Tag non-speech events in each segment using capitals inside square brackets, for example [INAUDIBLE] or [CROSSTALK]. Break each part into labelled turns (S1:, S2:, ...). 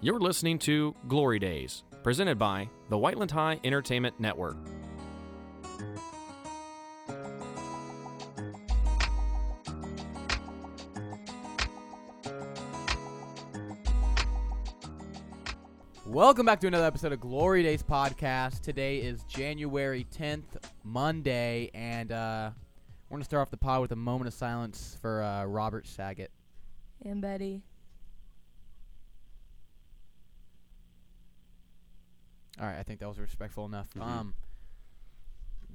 S1: You're listening to Glory Days, presented by the Whiteland High Entertainment Network.
S2: Welcome back to another episode of Glory Days podcast. Today is January 10th, Monday, and uh, we're going to start off the pod with a moment of silence for uh, Robert Saget.
S3: And Betty.
S2: All right, I think that was respectful enough.
S4: Mhm.
S2: Um,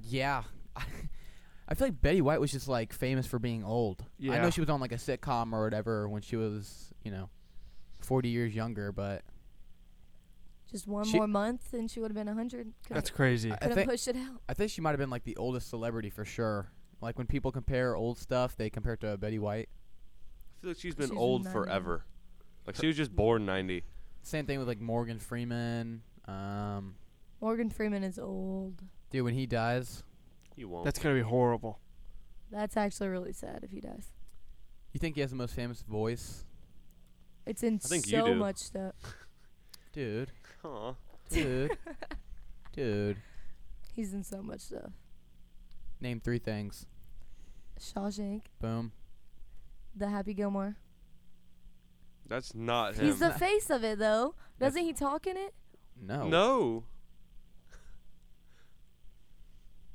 S2: yeah, [LAUGHS] I feel like Betty White was just like famous for being old. I know
S4: Yeah.
S2: she was on like a sitcom or whatever when she was, you know, 40 years younger, but
S3: Just one
S2: She-
S3: more month and she would have been 100. Could
S4: That's crazy.
S2: I
S3: could have
S2: think-
S3: pushed it out.
S2: I think she might have been like the oldest celebrity for sure. Like when people compare old stuff, they compare it to Betty White.
S5: I feel like she's been
S3: She's
S5: old
S3: 90.
S5: forever. Like she was just born ninety.
S2: Same thing with like Morgan Freeman. Um,
S3: Morgan Freeman is old.
S2: dude, when he dies,
S5: You won't.
S4: That's gonna be horrible.
S3: That's actually really sad if he dies.
S2: you think he has the most famous voice,
S3: It's in
S5: I think you
S3: so
S5: do.
S3: much stuff.
S2: dude?
S5: Aw. [LAUGHS]
S2: Dude, dude.
S3: He's in so much stuff.
S2: Name three things.
S3: Shawshank,
S2: Boom.
S3: The Happy Gilmore.
S5: That's not him.
S3: He's the face of it though.
S2: That's-
S3: Doesn't he talk in it?
S2: No.
S5: No.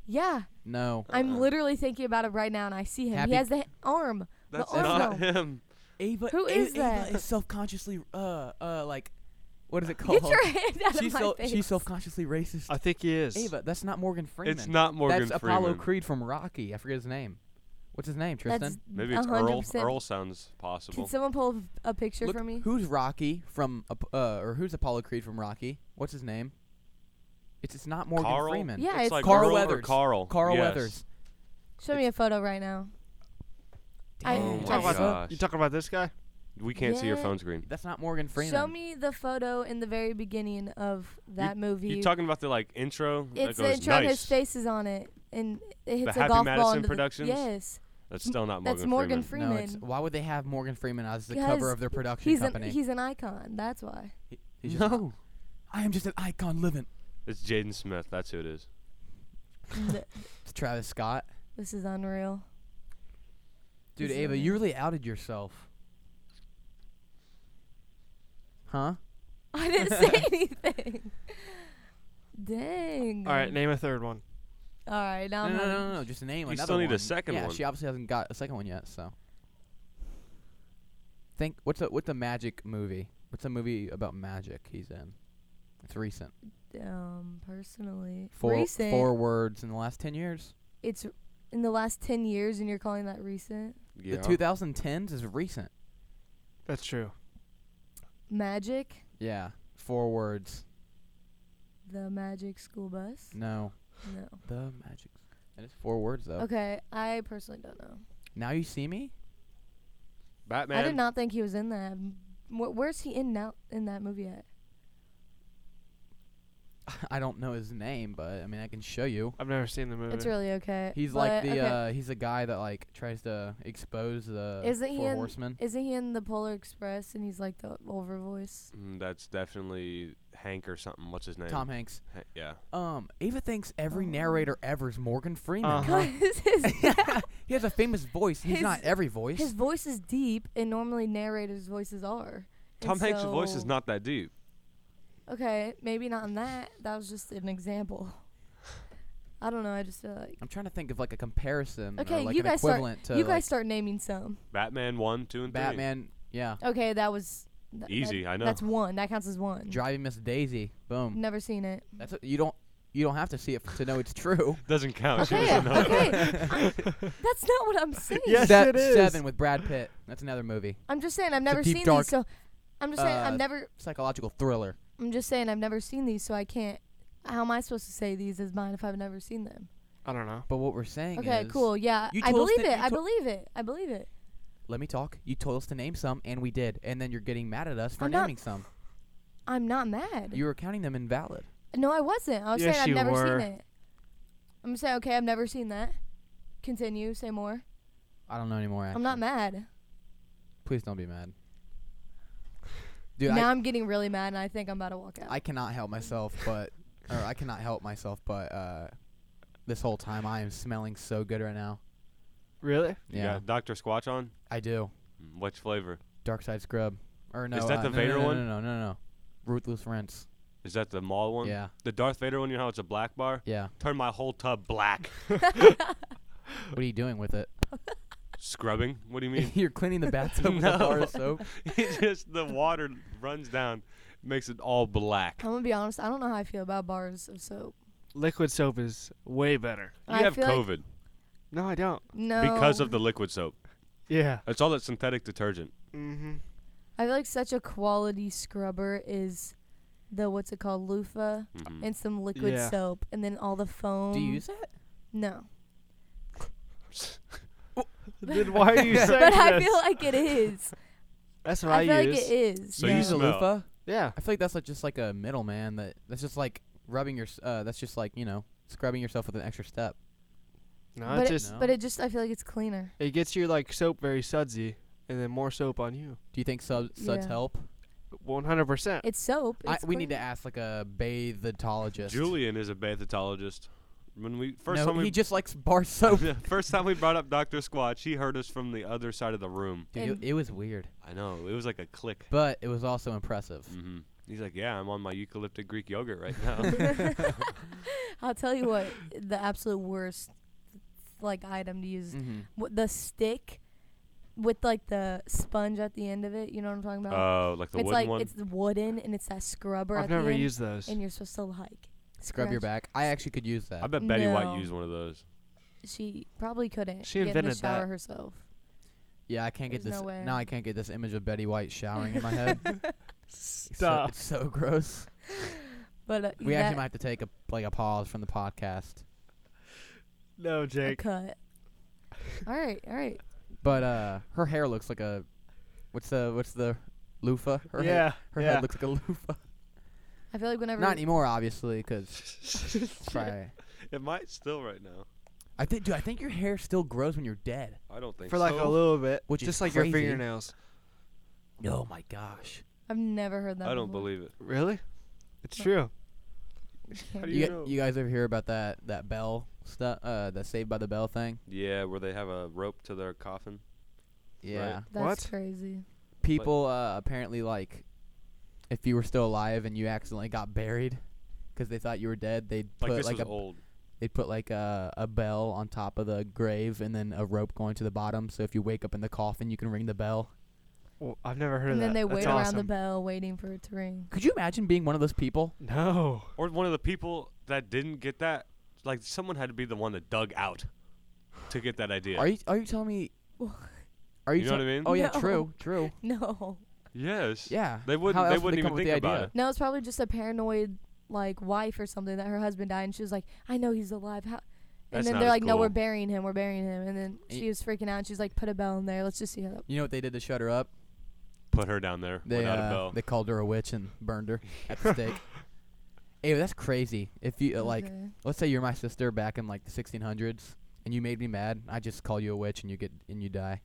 S3: Yeah,
S2: No.
S3: I'm
S5: Uh-uh.
S3: literally thinking about it right now, and I see him.
S2: Uh-huh. Happy-
S3: he has the h- arm.
S5: That's
S3: arm
S5: not
S3: though.
S5: him.
S2: Ava.
S3: Who is
S2: Ava
S3: that?
S2: is self-consciously uh uh like, what
S3: [LAUGHS]
S2: is it called?
S3: Get your hand out
S2: she's
S3: of my
S2: so-
S3: face.
S2: she's self-consciously racist.
S4: I think he is.
S2: Ava, that's not Morgan Freeman.
S5: It's not Morgan
S2: that's
S5: Freeman.
S2: Apollo Creed from Rocky. I forget his name. What's his name, Tristan?
S3: That's
S5: Maybe it's
S3: 100%.
S5: Earl. Earl sounds
S3: Can
S5: possible.
S3: someone pull a picture
S2: Look,
S3: for me?
S2: Who's Rocky from Ap- uh, or who's Apollo Creed from Rocky? What's his name? It's it's not Morgan
S5: Carl?
S2: Freeman.
S3: Yeah,
S5: it's
S3: it's
S5: like
S2: Carl
S5: Earl Or
S2: Weathers.
S5: Carl.
S2: Carl
S5: Yes.
S2: Weathers.
S3: Show me a photo right now. I-
S5: Oh
S3: I saw-
S5: my gosh.
S4: You talking about this guy?
S5: We can't see your
S3: Yeah.
S5: phone screen.
S2: That's not Morgan Freeman.
S3: Show me the photo in the very beginning of that movie.
S5: You talking about the like intro?
S3: it's
S5: that goes,
S3: the intro and
S5: nice.
S3: his face is on it, and it hits a
S5: Happy
S3: golf ball
S5: Madison
S3: into
S5: Productions?
S3: the. Yes,
S5: That's still not Morgan.
S3: that's Morgan
S5: Freeman.
S2: No, it's,
S3: Freeman.
S2: why would they have Morgan Freeman as the
S3: Because
S2: cover of their production
S3: he's
S2: company?
S3: an he's an icon.
S2: [LAUGHS]
S3: That's why.
S2: He- he's just-
S5: no,
S2: [LAUGHS] I am just an icon living.
S5: it's Jaden Smith. That's who it is.
S3: Th-
S2: It's Travis Scott.
S3: this is unreal.
S2: Dude,
S3: He's
S2: Ava,
S3: living. [LAUGHS]
S2: you really outed yourself. Huh?
S3: I
S2: [LAUGHS]
S3: didn't say anything. Dang.
S4: All right, name a third one.
S3: All right. Now
S2: No, no,
S3: I'm
S2: no,
S3: having-
S2: no, no, Just name
S5: We
S2: another
S5: still need a
S2: one.
S5: second
S2: yeah,
S5: one.
S2: she obviously hasn't got a second one yet. So, think what's a what's a magic movie? What's a movie about magic he's in? It's recent.
S3: Um, personally,
S2: Four
S3: recent.
S2: four words in the last ten years.
S3: It's in the last ten years, and you're calling that recent?
S5: Yeah.
S2: The 2010s is recent.
S4: That's true.
S3: Magic,
S2: Yeah, four words.
S3: the Magic School Bus.
S2: No,
S3: No.
S2: the magic. It is four words though.
S3: Okay, I personally don't know.
S2: Now you see me. [LAUGHS]
S5: Batman.
S3: I did not think he was in that. Wh- where's he in now in that movie at?
S2: I don't know his name, but I mean I can show you.
S4: I've never seen the movie.
S5: Mm.
S3: It's really okay.
S2: He's
S3: but,
S2: like the
S3: okay.
S2: uh, he's the guy that like tries to expose the
S3: Isn't he
S2: four
S3: in-
S2: horsemen.
S3: Isn't he in the Polar Express and he's like the over
S5: [LAUGHS]
S3: voice? [LAUGHS]
S5: Mm, That's definitely Hank or something. What's his name?
S2: Tom Hanks.
S5: Ha- yeah.
S2: Um, Ava thinks every
S3: Oh.
S2: narrator ever is Morgan Freeman.
S4: Uh-huh.
S3: Because his,
S2: [LAUGHS] he has a famous voice. He's
S3: His-
S2: not every voice.
S3: his voice is deep and normally narrators' voices are. And
S5: Tom Hanks' voice is
S3: so-
S5: not that deep.
S3: Okay, maybe not in that. That was just an example. I don't know. I just feel like.
S2: I'm trying to think of like a comparison or
S3: Okay,
S2: like
S3: you
S2: an
S3: guys start-
S2: equivalent to
S3: you guys
S2: like,
S3: start naming some.
S5: Batman one, two, and
S2: Batman. Yeah,
S3: Okay, that was. th- that-
S5: three. Easy, I know.
S3: That's one. That counts as one.
S2: driving Miss Daisy. Boom.
S3: Never seen it.
S2: That's a, you don't you don't have to see it to know it's
S3: [LAUGHS]
S2: true.
S5: Doesn't count. She [LAUGHS]
S3: Okay,
S2: [LAUGHS]
S5: doesn't know that.
S3: okay. I- that's not what I'm saying.
S4: Yes,
S2: Step
S4: it is.
S2: Seven with Brad Pitt. That's another movie.
S3: I'm just saying I've
S2: a
S3: never
S2: deep,
S3: seen
S2: dark,
S3: these, so I'm just saying
S2: uh,
S3: I've never.
S2: Psychological thriller.
S3: I'm just saying I've never seen these, so I can't. How am I supposed to say these as mine if I've never seen them?
S4: I don't know.
S2: But what we're saying
S3: Okay,
S2: is,
S3: cool. Yeah,
S2: you
S3: I
S2: told us
S3: believe
S2: that
S3: it.
S2: you
S3: I
S2: told-
S3: believe it. I believe it.
S2: Let me talk. You told us to name some, and we did. And then you're getting mad at us for
S3: I'm not-
S2: naming some.
S3: I'm not mad.
S2: You were counting them invalid.
S3: no, I wasn't. I was
S4: Yes,
S3: saying I've
S4: you
S3: never
S4: were.
S3: seen it. I'm saying okay, I've never seen that. Continue. Say more.
S2: I don't know anymore.
S3: I'm
S2: Actually.
S3: not mad.
S2: Please don't be mad. Dude,
S3: now
S2: I,
S3: I'm getting really mad, and I think I'm about to walk out.
S2: I cannot help myself, but or I cannot help myself, but uh, this whole time I am smelling so good right now.
S4: Really?
S5: You got Dr. Squatch on?
S2: I do.
S5: Mm, Which flavor?
S2: Dark Side Scrub. Or no,
S5: Is that
S2: uh,
S5: the
S2: no,
S5: Vader
S2: no, no,
S5: one?
S2: No, no, no, no. Ruthless Rinse.
S5: Is that the mall one?
S2: Yeah,
S5: The Darth Vader one, you know how it's a black bar?
S2: yeah.
S5: Turn my whole tub black.
S2: What are you doing with it?
S5: Scrubbing? What do you mean?
S2: [LAUGHS]
S5: [LAUGHS]
S2: You're cleaning the bathtub with a bar of soap.
S5: It just the water runs down, makes it all black.
S3: I'm gonna be honest. I don't know how I feel about bars of soap.
S4: Liquid soap is way better.
S5: You
S3: I
S5: have
S3: feel like-
S5: COVID
S4: No, I don't.
S3: No,
S5: because of the liquid soap.
S4: Yeah.
S5: It's all that synthetic detergent.
S4: Mm-hmm.
S3: I feel like such a quality scrubber is the what's it called loofah
S5: Mhm.
S3: and some liquid
S4: Yeah.
S3: soap, and then all the foam.
S2: Mm. Do you use that?
S3: No,
S4: [LAUGHS] then why
S3: [LAUGHS]
S4: do you say
S3: but I
S4: this?
S3: feel like
S2: [LAUGHS]
S3: it is.
S4: That's what I,
S3: I, feel
S4: use.
S3: like it is.
S5: So
S2: you
S5: you
S2: use a
S5: smell.
S2: loofah?
S4: Yeah.
S2: I feel like that's like just like a middleman that that's just like rubbing your s- uh that's just like, you know, scrubbing yourself with an extra step.
S4: No,
S3: but
S4: it
S3: it,
S4: just
S2: No.
S3: but it just I feel like it's cleaner.
S4: it gets you like soap very sudsy, and then more soap on you.
S2: Do you think sub, suds
S3: Yeah.
S2: help?
S4: One hundred percent.
S3: It's soap.
S2: I,
S3: it's
S2: we need to
S3: clean.
S2: ask like a bathetologist.
S5: Julian is a bathetologist. When we first
S2: no,
S5: time [LAUGHS]
S2: he
S5: we
S2: just likes bar soap.
S5: Yeah, first time we brought up Dr. Squatch, he heard us from the other side of the room.
S2: Dude,
S3: And-
S2: it, it was weird,
S5: I know. It was like a click.
S2: but it was also impressive.
S5: hmm He's like, "Yeah, I'm on my eucalyptic Greek yogurt [LAUGHS] right now."
S3: [LAUGHS]
S2: [LAUGHS]
S3: I'll tell you what the absolute worst like item to use
S2: Mm-hmm.
S3: w- the stick with like the sponge at the end of it. You know what I'm talking about?
S5: Oh, like the
S3: it's
S5: wooden
S3: like
S5: one.
S3: it's the wooden and it's that scrubber.
S4: I've
S3: at the
S4: never
S3: end,
S4: used those.
S3: And you're supposed to like
S2: Scrub your
S3: scratch-
S2: back. I actually could use that.
S5: I bet Betty White
S3: No.
S5: used one of those.
S3: She probably couldn't.
S4: She
S3: get in the
S4: invented that.
S3: shower herself.
S2: yeah, I can't get
S3: There's
S2: this.
S3: no way.
S2: now I can't get this image of Betty White showering in my head.
S3: [LAUGHS]
S2: It's so-
S4: Stop.
S2: it's so gross.
S3: But uh,
S2: We
S3: that,
S2: actually might have to take a like a pause from the podcast.
S4: No,
S3: a
S4: Jake. [LAUGHS]
S3: cut. all right, all right.
S2: But uh, her hair looks like a what's the what's the loofah? Her
S4: yeah.
S2: hair, her
S4: yeah.
S2: head looks like a loofah.
S3: [LAUGHS] I feel like whenever
S2: Not anymore, obviously,
S3: [LAUGHS]
S2: because
S5: It might still right now.
S2: I think, dude, I think your hair still grows when you're dead.
S5: I don't think
S4: for like a
S5: so.
S4: little bit,
S2: Which is
S4: just like
S2: crazy.
S4: your fingernails.
S2: Oh my gosh.
S3: I've never heard that.
S5: I don't
S3: before.
S5: believe it.
S4: Really? It's
S3: No.
S4: true.
S3: You
S5: How
S3: can't-
S5: do
S2: You,
S5: you
S2: gu-
S5: know?
S2: you guys ever hear about that that bell stuff? Uh, that Saved by the Bell thing?
S5: Yeah, where they have a rope to their coffin.
S2: Yeah.
S3: That's
S4: What?
S3: crazy.
S2: People uh, apparently like, if you were still alive and you accidentally got buried, because they thought you were dead, they'd
S5: Like
S2: put
S5: this
S2: like
S5: was
S2: a
S5: old.
S2: they'd put like a a bell on top of the grave and then a rope going to the bottom. So if you wake up in the coffin, you can ring the bell.
S4: Well, I've never heard
S3: And
S4: of that.
S3: then they wait
S4: That's
S3: around
S4: awesome.
S3: the bell waiting for it to ring. [LAUGHS]
S2: Could you imagine being one of those people?
S4: No.
S5: Or one of the people that didn't get that. Like someone had to be the one that dug out to get that idea.
S2: Are you are you telling me? Are you?
S5: You know
S2: tell-
S5: what I mean?
S2: Oh yeah,
S3: No.
S2: true, true.
S3: No,
S5: Yes.
S2: Yeah.
S5: They wouldn't-
S2: How
S5: they
S2: else would
S5: wouldn't
S2: come
S5: even
S2: up with
S5: think
S2: the
S5: about
S2: idea?
S5: it.
S3: no, it's probably just a paranoid like wife or something that her husband died, and she was like, "I know he's alive." How? And
S5: That's
S3: then
S5: not
S3: they're
S5: as
S3: like, "No, we're
S5: cool.
S3: burying him. We're burying him." And then
S2: Y-
S3: she was freaking out. and She's like, "Put a bell in there. Let's just see how that."
S2: You know what they did to shut her up?
S5: Put her down there
S2: They
S5: without
S2: uh,
S5: a bell.
S2: they called her a witch and burned her at the
S5: [LAUGHS]
S2: stake. Ew, that's crazy. If you uh, like,
S3: Okay. [LAUGHS]
S2: let's say you're my sister back in like the 1600s, and you made me mad, I just call you a witch and you get and you die.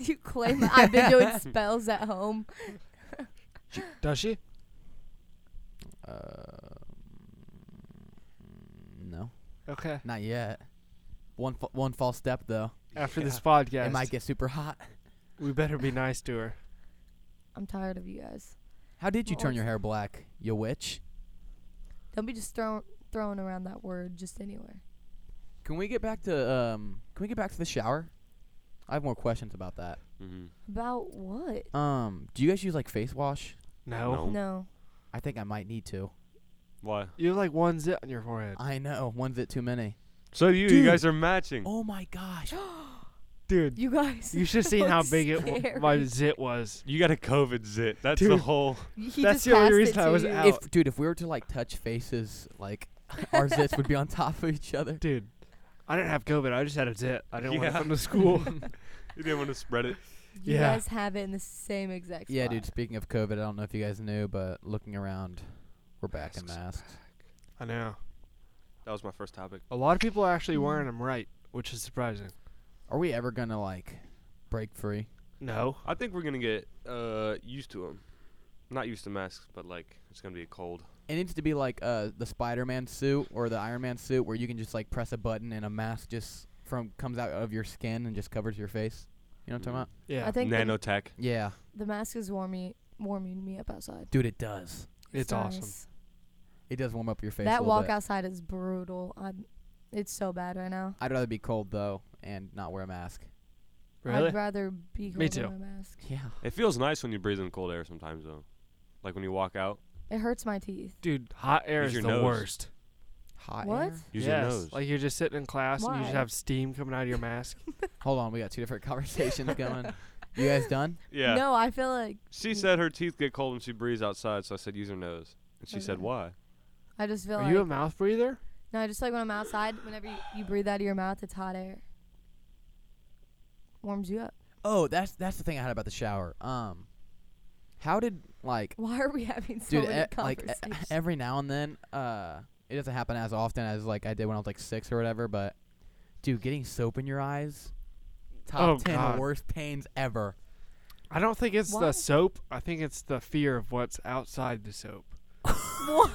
S3: you claim that I've been
S2: [LAUGHS]
S3: doing spells at home.
S4: Does she?
S2: Uh, no,
S4: Okay.
S2: not yet. One fa- one false step though,
S4: After
S5: Yeah.
S4: this podcast,
S2: it might get super hot.
S4: we better be nice to her.
S3: I'm tired of you guys.
S2: How did you
S3: Well,
S2: turn
S3: it's-
S2: your hair black, you witch?
S3: Don't be just throwing throwing around that word just anywhere.
S2: Can we get back to um? Can we get back to the shower? I have more questions about that.
S5: hmm
S3: About what?
S2: Um, do you guys use like face wash?
S4: No.
S5: No.
S3: No.
S2: I think I might need to.
S5: Why?
S4: You have like one zit on your forehead.
S2: I know one's it too many.
S5: So do you,
S2: Dude.
S5: you guys are matching.
S2: Oh my [GASPS] gosh!
S3: [LAUGHS]
S4: Dude,
S3: You guys.
S4: you should
S3: [LAUGHS]
S4: have seen
S3: so
S4: how big it w-
S3: scary.
S4: my zit was.
S5: You got a COVID zit. That's the
S4: Dude.
S5: whole.
S3: [LAUGHS]
S5: [LAUGHS]
S3: He just
S4: That's the only
S3: passed
S4: reason
S3: it
S4: I
S3: to
S4: was
S3: you.
S4: out.
S2: If dude, if we were to like touch faces, like [LAUGHS] our zits would be on top of each other.
S4: Dude, I didn't have COVID. I just had a zit. I didn't want to
S5: Yeah.
S4: come to school.
S5: You didn't want to spread it.
S3: You
S4: Yeah.
S3: guys have it in the same exact
S2: Yeah,
S3: spot.
S2: dude. Speaking of COVID, I don't know if you guys knew, but looking around, we're back in masks.
S4: I know.
S5: That was my first topic.
S4: A lot of people are actually wearing them right, which is surprising.
S2: Are we ever gonna like break free?
S4: No.
S5: I think we're gonna get uh, used to them. I'm not used to masks, but like it's gonna be cold.
S2: It needs to be like uh, the Spider-Man suit or the Iron Man suit, where you can just like press a button and a mask just from comes out of your skin and just covers your face. You know what I'm talking about?
S4: Yeah,
S3: I think the,
S5: Nanotech.
S2: Yeah,
S3: the mask is warming warming me up outside.
S2: dude, it does.
S4: it's awesome.
S3: nice.
S2: It does warm up your face. a
S3: That
S2: little
S3: walk
S2: bit.
S3: outside is brutal. I'm, it's so bad right now.
S2: I'd rather be cold though and not wear a mask.
S4: Really?
S3: I'd rather be holding
S4: Me too.
S3: my mask.
S2: Yeah.
S5: It feels nice when you breathe in cold air sometimes though. Like when you walk out,
S3: It hurts my teeth.
S4: Dude, hot air is
S5: Use your
S4: the
S5: nose.
S4: worst.
S2: Hot
S3: What?
S2: air.
S4: yes.
S5: use your nose.
S4: Like you're just sitting in class and you just
S3: Why?
S4: have steam coming out of your mask.
S3: [LAUGHS]
S2: Hold on, we got two different [LAUGHS] conversations going. You guys done?
S5: yeah.
S3: No, I feel like
S5: She said her teeth get cold when she breathes outside, so I said use her nose, and she said
S3: Okay.
S5: why?
S3: I just feel
S4: Are
S3: like
S4: you a mouth breather?
S3: no. I just like when I'm outside. Whenever you, you breathe out of your mouth, it's hot air. Warms you up. [LAUGHS]
S2: Oh, that's that's the thing I had about the shower. Um, how did
S3: [LAUGHS]
S2: like
S3: Why are we having so
S2: dude
S3: many
S2: e- like e-
S3: conversations?
S2: [LAUGHS] every now and then uh it doesn't happen as often as like I did when I was like six or whatever, but dude, getting soap in your eyes, top
S4: Oh,
S2: ten
S4: God.
S2: worst pains ever.
S4: I don't think it's the
S3: Why?
S4: soap. I think it's the fear of what's outside the soap.
S3: What?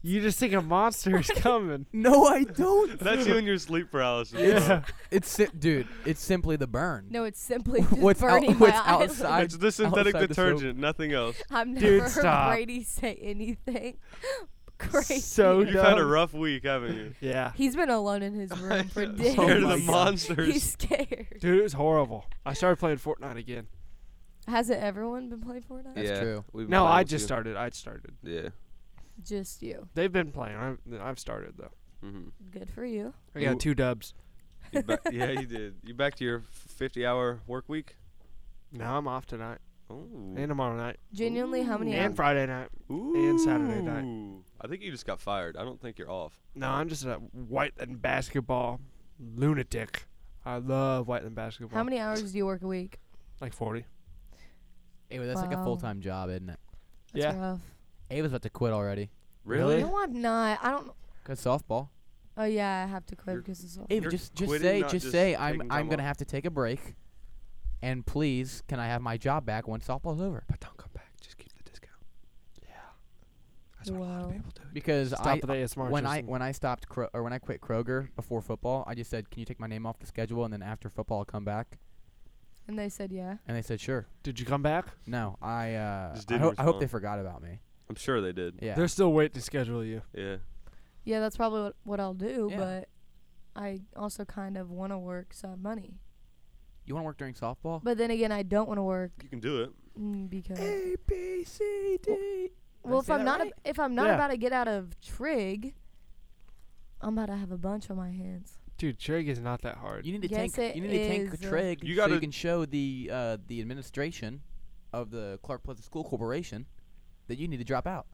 S4: You just think a monster is coming.
S2: No, I don't.
S5: [LAUGHS] That's you and your sleep paralysis.
S4: Yeah.
S2: [LAUGHS] It's si- dude, it's simply the burn.
S3: [LAUGHS] no,
S2: [LAUGHS]
S3: it's simply just
S2: What's out-
S3: burning
S2: what's
S3: my eyelids.
S2: outside?
S5: It's the synthetic
S2: outside the soap.
S5: detergent, nothing else.
S3: I've never
S4: Dude,
S3: heard
S4: stop.
S3: Brady say anything [LAUGHS] crazy.
S4: So
S5: You've had a
S4: dumb.
S5: rough week, haven't you?
S4: Yeah.
S3: He's been alone in
S4: [LAUGHS]
S3: his room for days.
S2: Oh
S5: Scared of
S4: my
S5: the
S4: God.
S5: monsters.
S3: Oh He's
S5: [LAUGHS]
S3: scared.
S4: Dude, it was horrible. I started playing Fortnite again.
S3: Hasn't everyone been playing Fortnite?
S2: That's
S5: yeah,
S2: true.
S5: we've been
S4: No,
S5: playing
S4: I
S5: with
S4: just
S5: you.
S4: started. I started.
S5: Yeah.
S3: Just you.
S4: They've been playing. I've, I've started though.
S5: Mm-hmm.
S3: Good for you.
S4: I
S5: You-
S4: got two dubs.
S5: You ba- yeah, you did. You back to your 50-hour work week?
S4: Now I'm off tonight
S5: Ooh.
S4: and tomorrow night
S3: Genuinely, how many?
S4: and
S3: hours?
S4: Friday night. and Saturday night.
S5: Ooh. I think you just got fired. I don't think you're off.
S4: No, I'm just a white and basketball lunatic. I love white and basketball.
S3: How many hours do you work a week?
S4: Like 40.
S2: Anyway, that's like a
S3: Wow.
S2: full time job, isn't it?
S3: That's
S4: Yeah.
S3: rough.
S2: Ava's about to quit already.
S4: Really?
S3: No, I'm not. I don't.
S2: Cause softball.
S3: Oh yeah, I have to
S5: You're-
S3: quit because it's all.
S2: Ava,
S5: You're
S2: just just
S5: quitting,
S2: say
S5: not
S2: just,
S5: just
S2: say I'm
S5: taking
S2: I'm
S5: time
S2: gonna
S5: off.
S2: have to take a break, and please can I have my job back once softball's over?
S4: But don't come back. Just keep the discount. Yeah. That's what a lot
S3: Wow.
S4: of people do.
S2: Because
S4: Stop
S2: I
S4: with the ASMR.
S2: when I
S4: Tristan.
S2: when I stopped Kro- or when I quit Kroger before football, I just said, "Can you take my name off the schedule?" And then after football, I'll come back.
S3: And they said yeah.
S2: And they said, "Sure."
S4: Did you come back?
S2: No, I uh,
S5: Just
S2: I,
S5: didn't
S2: ho- I hope they
S5: respond.
S2: forgot about me.
S5: I'm sure they did.
S2: Yeah,
S4: They're still waiting to schedule you.
S5: Yeah.
S3: Yeah, that's probably what, what I'll do.
S2: Yeah.
S3: But I also kind of want to work some money.
S2: you want to work during softball?
S3: But then again, I don't want to work
S5: You can do it.
S3: mm, because.
S2: A B C D.
S3: Well, if
S2: say
S3: I'm
S2: that
S3: not
S2: right?
S3: a, if I'm not
S4: Yeah.
S3: about to get out of trig, I'm about to have a bunch on my hands.
S4: Dude, trig is not that hard.
S2: You need to
S3: Yes,
S2: tank.
S3: it
S2: You need to tank
S3: is. uh,
S2: trig
S5: You
S2: so you
S5: gotta-
S2: can show the uh, the administration of the Clark Pleasant School Corporation that you need to drop out.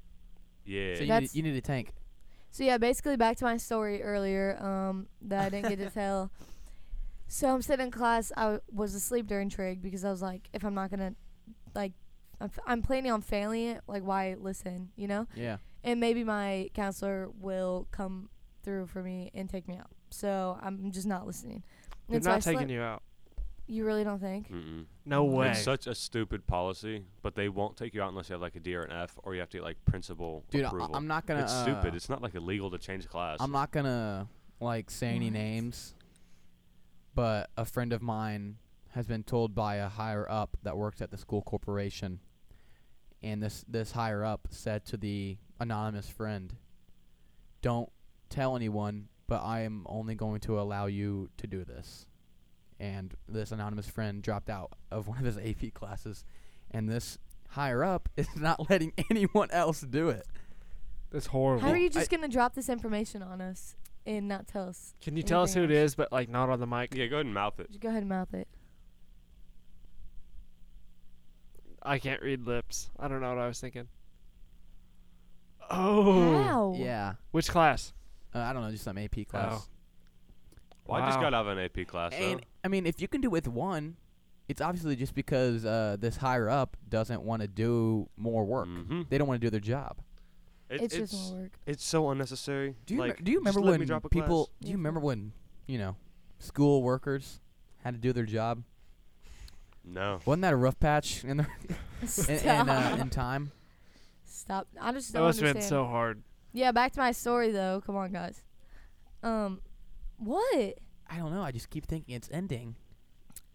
S5: Yeah.
S2: So you need,
S3: That's-
S2: to- you need to tank.
S3: So yeah, basically back to my story earlier um, that I didn't get to tell. So I'm sitting in class. I w- was asleep during trig because I was like, if I'm not gonna, like, I'm, f- I'm planning on failing it. Like, why listen? You know.
S2: Yeah.
S3: and maybe my counselor will come through for me and take me out. So I'm just not listening.
S4: They're
S3: And so I
S4: not taking
S3: slept-
S4: you out.
S3: You really don't think?
S5: Mm-mm.
S4: No way.
S5: It's such a stupid policy, but they won't take you out unless you have like a D or an F, or you have to get like principal
S2: Dude, I,
S5: approval.
S2: I'm not gonna.
S5: it's stupid.
S2: uh,
S5: It's not like illegal to change class.
S2: I'm not gonna like say any
S3: What?
S2: names, but a friend of mine has been told by a higher up that works at the school corporation, and this this higher up said to the anonymous friend, "Don't tell anyone, but I am only going to allow you to do this." And this anonymous friend dropped out of one of his AP classes, and this higher up [LAUGHS] is not letting anyone else do it.
S4: That's horrible.
S3: How are you
S2: I-
S3: just gonna drop this information on us and not tell us?
S4: Can you tell us who it
S3: Anything
S4: is, but like not on the mic?
S5: Yeah, go ahead and mouth it.
S3: Just go ahead and mouth it.
S4: I can't read lips. I don't know what I was thinking. Oh.
S3: How?
S2: Yeah,
S4: Which class?
S2: uh, I don't know, just some AP class.
S4: Oh.
S5: Well, I just
S4: Wow.
S5: got out of an AP class. though.
S2: And I mean, if you can do with one, it's obviously just because uh, this higher up doesn't want to do more work.
S5: Mhm.
S2: They don't want to do their job.
S5: It-
S3: it's, just
S5: it's-
S3: gonna work.
S5: It's so unnecessary.
S2: Do you
S5: like,
S2: rem- do you
S5: just
S2: remember
S5: let me
S2: when
S5: drop a
S2: people?
S5: class.
S2: Do you remember when you know school workers had to do their job?
S5: No.
S3: [LAUGHS]
S2: Wasn't that a rough patch in their in, in, uh,
S3: Stop.
S2: in time?
S3: stop. I just
S4: That
S3: don't
S4: must have
S3: understand.
S4: been so hard.
S3: yeah, back to my story though. Come on, guys. Um, what?
S2: I don't know. I just keep thinking it's ending.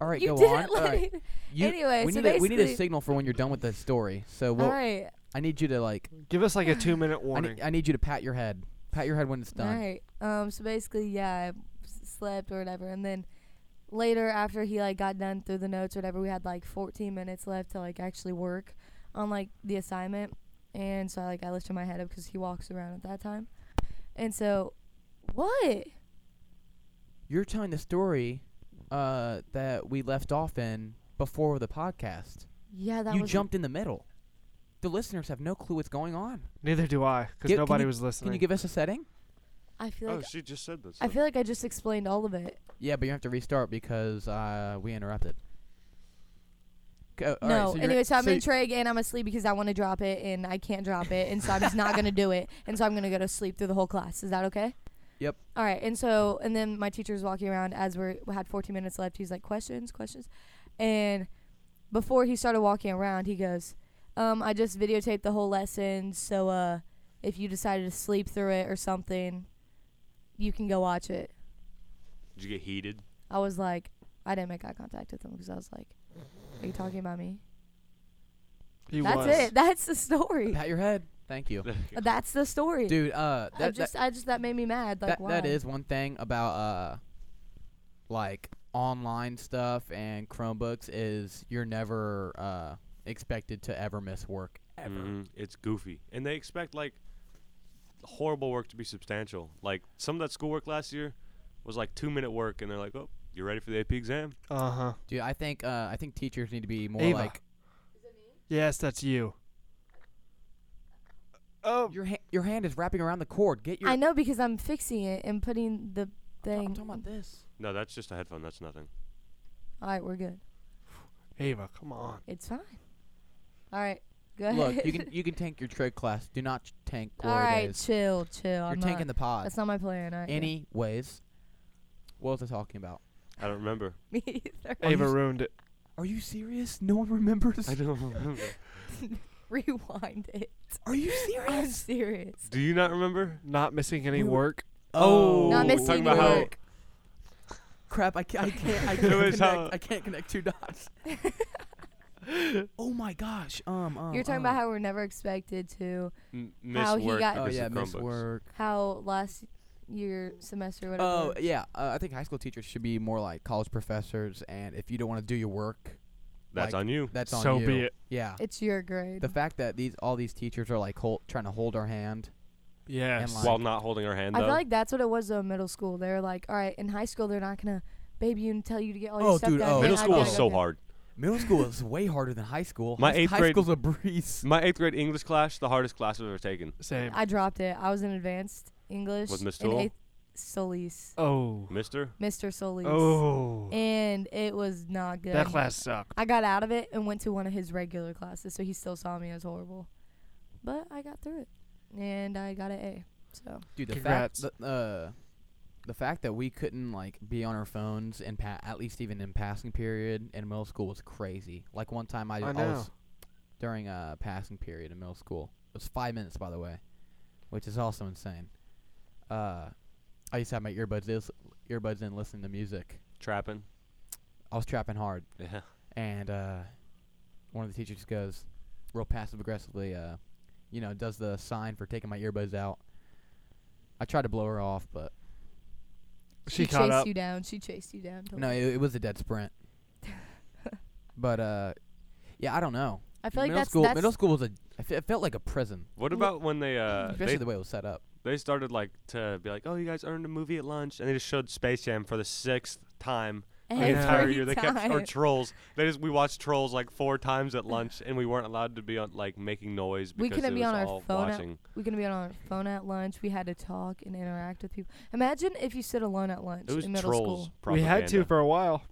S2: All right,
S3: you
S2: go
S3: didn't
S2: on. All
S3: let
S2: right.
S3: [LAUGHS] me-
S2: [LAUGHS] You-
S3: anyway,
S2: we
S3: so
S2: need a, we need a
S3: basically-
S2: signal for when you're done with the story. So we'll,
S3: All right.
S2: I need you to like
S4: Give
S3: [SIGHS]
S4: us like a two minute
S2: I
S4: warning.
S2: need, I need you to pat your head. Pat your head when it's done.
S3: All right. Um. So basically, yeah, I s- slept or whatever, and then later after he like got done through the notes or whatever, we had like 14 minutes left to like actually work on like the assignment, and so I like I lifted my head up because he walks around at that time, and so what?
S2: You're telling the story uh, that we left off in before the podcast.
S3: Yeah, that
S2: you
S3: was
S2: jumped in the middle. The listeners have no clue what's going on.
S4: Neither do I,
S2: Gi-
S4: because
S2: can
S4: nobody
S2: you-
S4: was listening.
S2: Can you give us a setting?
S3: I feel
S5: Oh,
S3: like
S5: she just said this.
S3: I feel like I just explained all of it.
S2: Yeah, but you have to restart because uh, we interrupted. Go- all right,
S3: no.
S2: so you're-
S3: anyway, so I'm
S2: so
S3: in trig and I'm asleep because I want to drop it and I can't drop it, and so I'm just not gonna do it, and so I'm gonna go to sleep through the whole class. Is that okay?
S2: Yep.
S3: All right, and so and then my teacher was walking around as we're, we had 14 minutes left. He's like, questions, questions, and before he started walking around, he goes, um, "I just videotaped the whole lesson, so uh, if you decided to sleep through it or something, you can go watch it."
S5: Did you get heated? [LAUGHS]
S3: I was like, I didn't make eye contact with him because I was like, "Are you talking about me?"
S4: He
S3: That's
S4: was.
S3: it. That's the
S2: [LAUGHS]
S3: story.
S2: pat your head. Thank you,
S3: That's the story.
S2: dude. Uh, that,
S3: I
S2: that-
S3: just, I just that made me mad. Like,
S2: that,
S3: why?
S2: that is one thing about uh like online stuff and chromebooks is you're never uh expected to ever miss work ever
S5: Mhm, It's goofy, and they expect like horrible work to be substantial. Like some of that schoolwork last year was like two minute work, and they're like, "Oh, you ready for the AP exam?"
S4: Uh huh.
S2: dude i think uh i think teachers need to be more
S4: Ava.
S2: like
S4: Yes, that's you. Oh,
S2: your ha- your hand is wrapping around the cord get your
S3: I know because I'm fixing it and putting the
S2: I'm
S3: thing.
S2: talking about this
S5: No, that's just a headphone. That's nothing.
S3: All right, we're good.
S4: Ava, come on.
S3: It's fine. All right, [LAUGHS] go ahead. [LAUGHS]
S2: look you can you can tank your trig class do not ch- tank
S3: All
S2: glory
S3: right,
S2: days
S3: chill, chill.
S2: you're
S3: I'm
S2: tanking
S3: not,
S2: the pod
S3: That's not my plan. All right, yeah.
S2: anyways what was i talking about
S5: I don't remember.
S3: [LAUGHS] Me either.
S2: Are you
S4: Ava
S2: s-
S4: ruined it.
S2: are you serious no one remembers
S5: I don't remember.
S3: [LAUGHS] Rewind it.
S2: are you
S3: I'm
S2: serious
S3: serious.
S5: Do you not remember?
S4: [LAUGHS] Not missing any
S2: We were-
S4: work.
S2: [LAUGHS] oh
S3: Not
S5: Ooh,
S3: missing
S5: talking about how-
S3: work.
S2: crap, I can't, I can't, [LAUGHS] I
S5: It
S2: can't
S5: was
S2: connect.
S5: how-
S2: I can't connect two dots. oh my gosh. Um, um
S3: You're talking
S2: um.
S3: about how we're never expected to.
S5: M- miss
S3: How he
S5: work
S3: got-
S2: Oh
S5: because
S2: yeah,
S5: of
S2: miss
S5: Chromebooks.
S2: work.
S3: How last year semester whatever.
S2: Oh yeah, uh, I think high school teachers should be more like college professors, and if you don't want to do your work,
S5: That's
S2: like-
S5: on you.
S2: that's on
S4: so
S2: you.
S4: be it.
S2: Yeah.
S3: It's your grade.
S2: The fact that these all these teachers are like hol- trying to hold our hand.
S4: Yes.
S2: like-
S5: While not holding her hand
S3: I
S5: though.
S3: feel like that's what it was though. in Middle school, they're like, all right. In high school, they're not gonna baby you and tell you to get all your
S2: Oh,
S3: stuff
S2: dude,
S3: done.
S2: oh.
S3: and
S5: Middle
S3: then
S5: school
S3: I
S5: was
S3: feel like,
S5: so
S3: okay.
S5: hard.
S2: Middle school is way harder than high school.
S5: My
S2: high,
S5: eighth
S2: high
S5: grade-
S2: school's a breeze.
S5: My eighth grade English class, the hardest class I've ever taken.
S4: Same.
S3: I dropped it. I was in advanced English.
S5: With Miss
S3: in
S5: Toole?
S3: eighth- Solis,
S4: oh.
S5: Mister,
S3: Mr. Solis.
S4: Oh.
S3: And it was not good.
S4: That class sucked.
S3: I got out of it and went to one of his regular classes, so he still saw me as horrible. But I got through it, and I got an A. So
S2: [LAUGHS] Dude, the
S4: Congrats.
S2: fact the, uh, the fact that we couldn't like be on our phones and pa- at least even in passing period in middle school was crazy. Like one time I,
S4: I
S2: was during a passing period in middle school. It was five minutes, by the way, which is also insane. Uh, I used to have my earbuds is, earbuds in listening to music.
S5: trapping.
S2: I was trapping hard,
S5: Yeah.
S2: and uh, one of the teachers goes, real passive aggressively, uh, you know, does the sign for taking my earbuds out. I tried to blow her off, but
S4: She caught
S3: chased
S4: up.
S3: you down. She chased you down. till-
S2: No, it, it was a dead
S3: [LAUGHS]
S2: sprint. but uh, yeah, I don't know.
S3: I feel like
S2: middle
S3: that's
S2: school.
S3: that's
S2: middle school was a. I fe- it felt like a prison,
S5: What
S3: Well,
S5: about when they uh
S2: especially
S5: they,
S2: the way it was set up.
S5: they started like to be like, oh, you guys earned a movie at lunch, and they just showed Space Jam for the sixth time the
S3: every
S4: Yeah.
S5: entire year. They kept or
S3: time.
S5: Trolls. They just we watched Trolls like four times at lunch, and we weren't allowed to be on like making noise because
S3: We couldn't
S5: it
S3: be
S5: was
S3: on our
S5: all
S3: phone at-
S5: watching.
S3: we couldn't be on our phone at lunch. We had to talk and interact with people. Imagine if you sit alone at lunch
S5: It was
S3: in middle
S5: Trolls.
S3: school.
S4: We had to
S5: propaganda.
S4: for a while.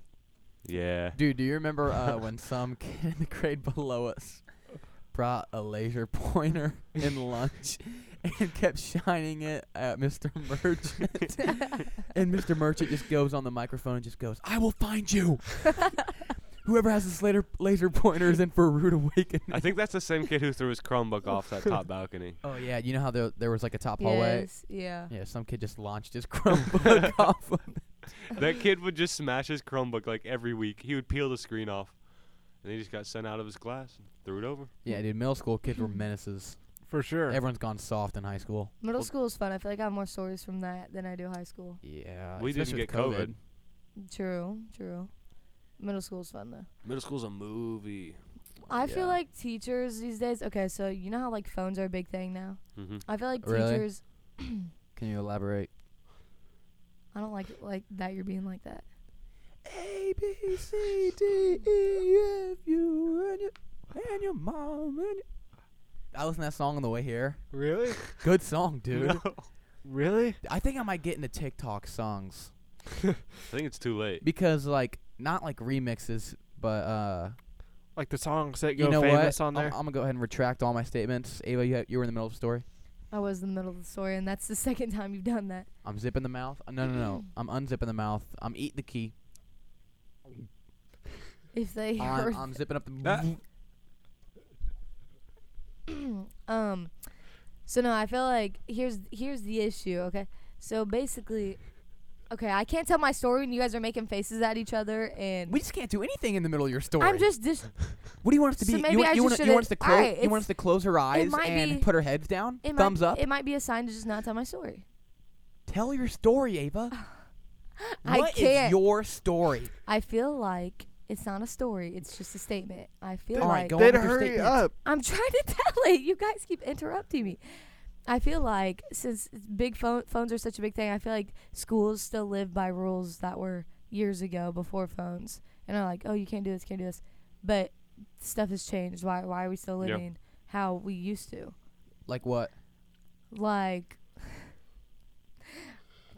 S5: yeah.
S2: Dude, do you remember uh, when some kid in the grade below us brought a laser pointer in lunch and kept shining it at Mr. [LAUGHS] Merchant? and Mr. Merchant just goes on the microphone and just goes, "I will find you." whoever has this laser laser pointer is in for a rude awakening.
S5: I think that's the same kid who threw his Chromebook off that top balcony.
S2: Oh yeah, you know how there, there was like a top hallway.
S3: Yes. Yeah.
S2: Yeah, some kid just launched [LAUGHS] his Chromebook off. [LAUGHS] of-
S5: That kid would just smash his Chromebook like every week. He would peel the screen off, and he just got sent out of his class and threw it over.
S2: Yeah, dude, middle school kids were menaces.
S4: for sure.
S2: Everyone's gone soft in high school.
S3: Middle
S5: Well-
S3: school is fun. I feel like I have more stories from that than I do high school.
S2: Yeah,
S5: We didn't
S2: especially with
S5: get COVID.
S3: True. True. Middle school's fun though.
S5: Middle school's a movie.
S3: I
S5: Yeah.
S3: feel like teachers these days. Okay, so you know how like phones are a big thing now.
S5: hmm
S3: I feel like
S2: Really?
S3: teachers.
S2: Can you elaborate?
S3: I don't like like that you're being like that.
S2: A B C D E F U and your and your mom and. Your I listened to that song on the way here.
S4: Really?
S2: Good song,
S4: [LAUGHS]
S2: dude.
S4: Really?
S2: I think I might get into TikTok songs
S5: I think it's too late.
S2: because like not like remixes, but uh,
S4: Like the songs that go
S2: you know
S4: famous
S2: what?
S4: on there?
S2: I'm, I'm gonna go ahead and retract all my statements. Ava, you, you were in the middle of a story.
S3: I was in the middle of the story, and that's the [LAUGHS] second time you've done that.
S2: I'm zipping the mouth. Uh, No, no,
S3: [CLEARS THROAT]
S2: no. I'm unzipping the mouth. I'm eating the key.
S3: If
S2: I'm,
S3: they [LAUGHS] heard,
S2: I'm zipping up the.
S3: [CLEARS THROAT] um, so no, I feel like here's here's the issue. Okay, so basically, okay, I can't tell my story, and you guys are making faces at each other,
S2: [LAUGHS]
S3: and
S2: we just can't do anything in the middle of your story.
S3: I'm just dis-
S2: What do you want us to be?
S3: So
S2: you
S3: maybe
S2: want,
S3: I
S2: you
S3: just
S2: want, you want us to
S3: shouldn't-
S2: close.
S3: alright,
S2: you want
S3: it's-
S2: us to close her eyes
S3: might
S2: and
S3: be-
S2: put her heads down.
S3: it
S2: Thumbs
S3: might,
S2: up.
S3: It might be a sign to just not tell my story.
S2: Tell your story, Ava.
S3: I
S2: What is
S3: can't.
S2: your story?
S3: I feel like it's not a story; it's just a statement. I feel
S2: All right,
S3: like
S2: go on
S4: then
S2: with your
S4: hurry
S2: statement.
S4: up.
S3: I'm trying to [LAUGHS] tell it. You guys keep interrupting me. I feel like since big phone phones are such a big thing, I feel like schools still live by rules that were years ago before phones, and are like, oh, you can't do this, can't do this. But stuff has changed. Why? Why are we still
S5: Yeah.
S3: living how we used to?
S2: Like what?
S3: Like,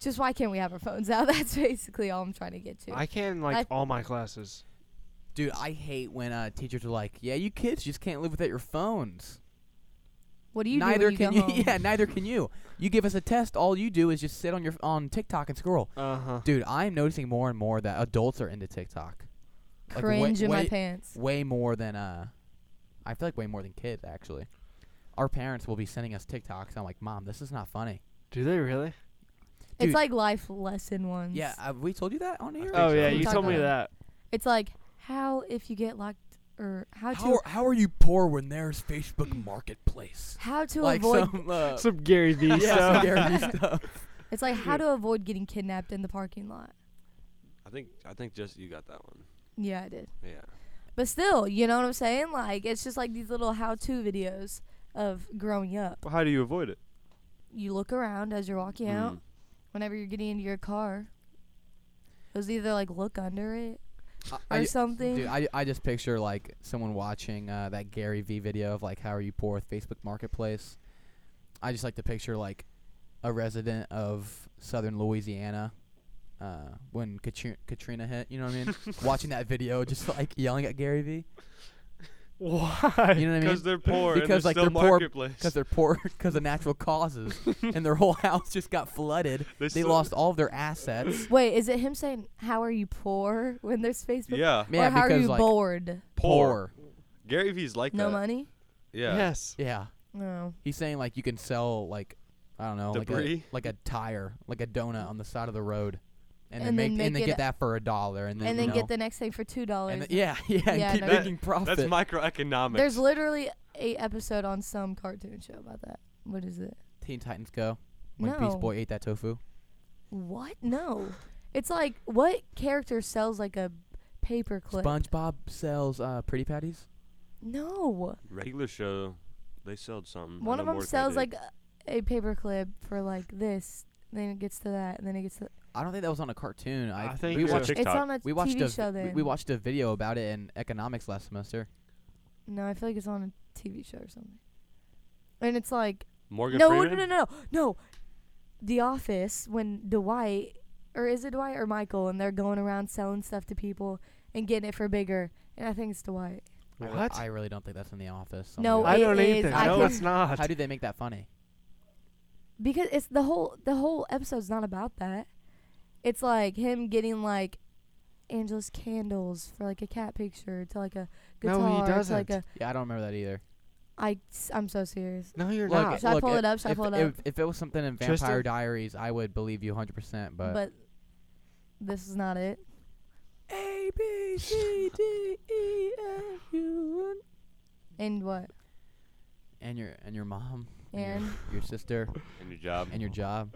S3: just why can't we have our phones out? [LAUGHS] That's basically all I'm trying to get to.
S4: I can like
S3: I-
S4: all my classes.
S2: Dude, I hate when uh, teachers are like, "Yeah, you kids just can't live without your phones."
S3: what do you
S2: neither
S3: do?
S2: can
S3: When you. Go home?
S2: [LAUGHS] yeah, neither can you. You give us a test, all you do is just sit on your on TikTok and scroll.
S4: Uh huh.
S2: Dude, I'm noticing more and more that adults are into TikTok. Like, way-
S3: Cringe in my
S2: way-
S3: pants.
S2: Way more than uh, I feel like way more than kids actually. Our parents will be sending us TikToks. And I'm like, Mom, this is not funny.
S4: Do they really?
S2: dude.
S3: It's like life lesson ones.
S2: Yeah, have we told you that on here?
S5: think
S4: Oh
S5: so.
S4: yeah,
S3: We
S4: you
S3: talked
S4: told me
S3: about
S4: that.
S3: It's like how if you get locked or how to
S2: How are, how are you poor when there's Facebook Marketplace?
S3: how to
S2: like
S3: avoid
S2: some,
S4: [LAUGHS]
S2: uh,
S4: Some Gary Vee
S2: yeah,
S4: [LAUGHS]
S2: some
S4: stuff.
S2: Gary Vee stuff.
S3: it's like how to avoid getting kidnapped in the parking lot.
S5: I think I think just you got that one.
S3: Yeah, I did.
S5: Yeah.
S3: But still, you know what I'm saying? Like it's just like these little how-to videos of growing up.
S5: Well, how do you avoid it?
S3: You look around as you're walking
S2: Mm.
S3: out. Whenever you're getting into your car, it was either like look under it
S2: I-
S3: or
S2: I-
S3: something.
S2: Dude, I, I just picture like someone watching uh, that Gary Vee video of like how are you poor with Facebook Marketplace. I just like to picture like a resident of Southern Louisiana uh, when Katri- Katrina hit. You know what
S3: [LAUGHS]
S2: I mean? watching that video, just like yelling at Gary Vee
S4: [LAUGHS]
S2: You
S4: Why?
S2: know what I mean?
S5: Because they're poor and
S2: Because,
S5: they're
S2: like,
S5: still
S2: they're poor
S5: marketplace.
S2: Because
S3: [LAUGHS]
S2: they're poor because of natural causes, and their whole house just got flooded.
S5: They
S2: They
S5: still-
S2: lost all of their assets.
S3: Wait, is it him saying how are you poor [LAUGHS] when there's Facebook?
S5: [LAUGHS] Yeah,
S2: Yeah,
S3: or how are
S2: because,
S3: you
S2: like,
S3: bored?
S5: poor. Gary V's like
S3: No
S5: that.
S3: money? Oh.
S5: Yeah.
S4: Yes.
S2: Yeah.
S3: No.
S2: He's saying like you can sell like I don't know like a,
S5: Debris?
S2: like a tire, like a donut on the side of the road, and,
S3: And
S2: then
S3: then
S2: make, and
S3: make
S2: then
S3: it
S2: get
S3: a-
S2: that for a dollar, and then
S3: And
S2: you
S3: then
S2: know,
S3: get the next thing for two
S2: and
S3: dollars.
S2: the- yeah [LAUGHS] yeah, and
S3: Yeah,
S2: keep
S3: no,
S2: making profit.
S5: That's microeconomics.
S3: There's literally a episode on some cartoon show about that. What is it?
S2: Teen Titans Go. When Beast
S3: No.
S2: Boy ate that tofu.
S3: What? No. It's like what character sells like a paperclip?
S2: SpongeBob sells uh, pretty patties.
S3: No.
S5: regular show. They sold
S2: Mm,
S5: something.
S3: One
S5: I know
S3: of them
S5: Mordecai
S3: sells
S5: did.
S3: like a, a paperclip for like this. Then it gets to that, and then it gets to.
S2: I don't think that was on a cartoon. I,
S4: I think
S2: we
S4: you're-
S2: watched
S3: It's
S5: TikTok.
S3: on a
S2: we watched
S3: TV
S2: a
S3: show.
S2: vi-
S3: Then
S2: we, we watched a video about it in economics last semester.
S3: No, I feel like it's on a TV show or something. And it's like
S5: Morgan
S3: no, no,
S5: Freeman.
S3: no, no, no, no. The Office when Dwight or is it Dwight or Michael and they're going around selling stuff to people and getting it for bigger. And I think it's Dwight.
S2: I re-
S4: What?
S2: I, really don't think that's in the office. so I'm
S3: No,
S2: gonna-
S4: I
S3: it
S4: don't
S3: is-
S4: either.
S3: I
S4: no,
S3: can-
S4: it's not.
S2: how do they make that funny?
S3: because it's the whole the whole episode's not about that. It's like him getting like Angela's candles for like a cat picture to like a
S4: No, he
S3: guitar. To, like
S4: doesn't.
S3: a,
S2: Yeah, I don't remember that either.
S3: I, am so serious.
S4: No, you're
S2: Look,
S4: not.
S3: Should I
S2: look,
S3: pull
S2: if-
S3: it up? Should I
S2: if,
S3: pull it
S2: if,
S3: up?
S2: If it was something in Vampire
S4: Tristan?
S2: Diaries, I would believe you 100%, but,
S3: But, this is not it.
S2: A B C D E F U N
S3: And what?
S2: and your and your mom
S3: And
S2: your, your sister
S5: in your job
S2: and your job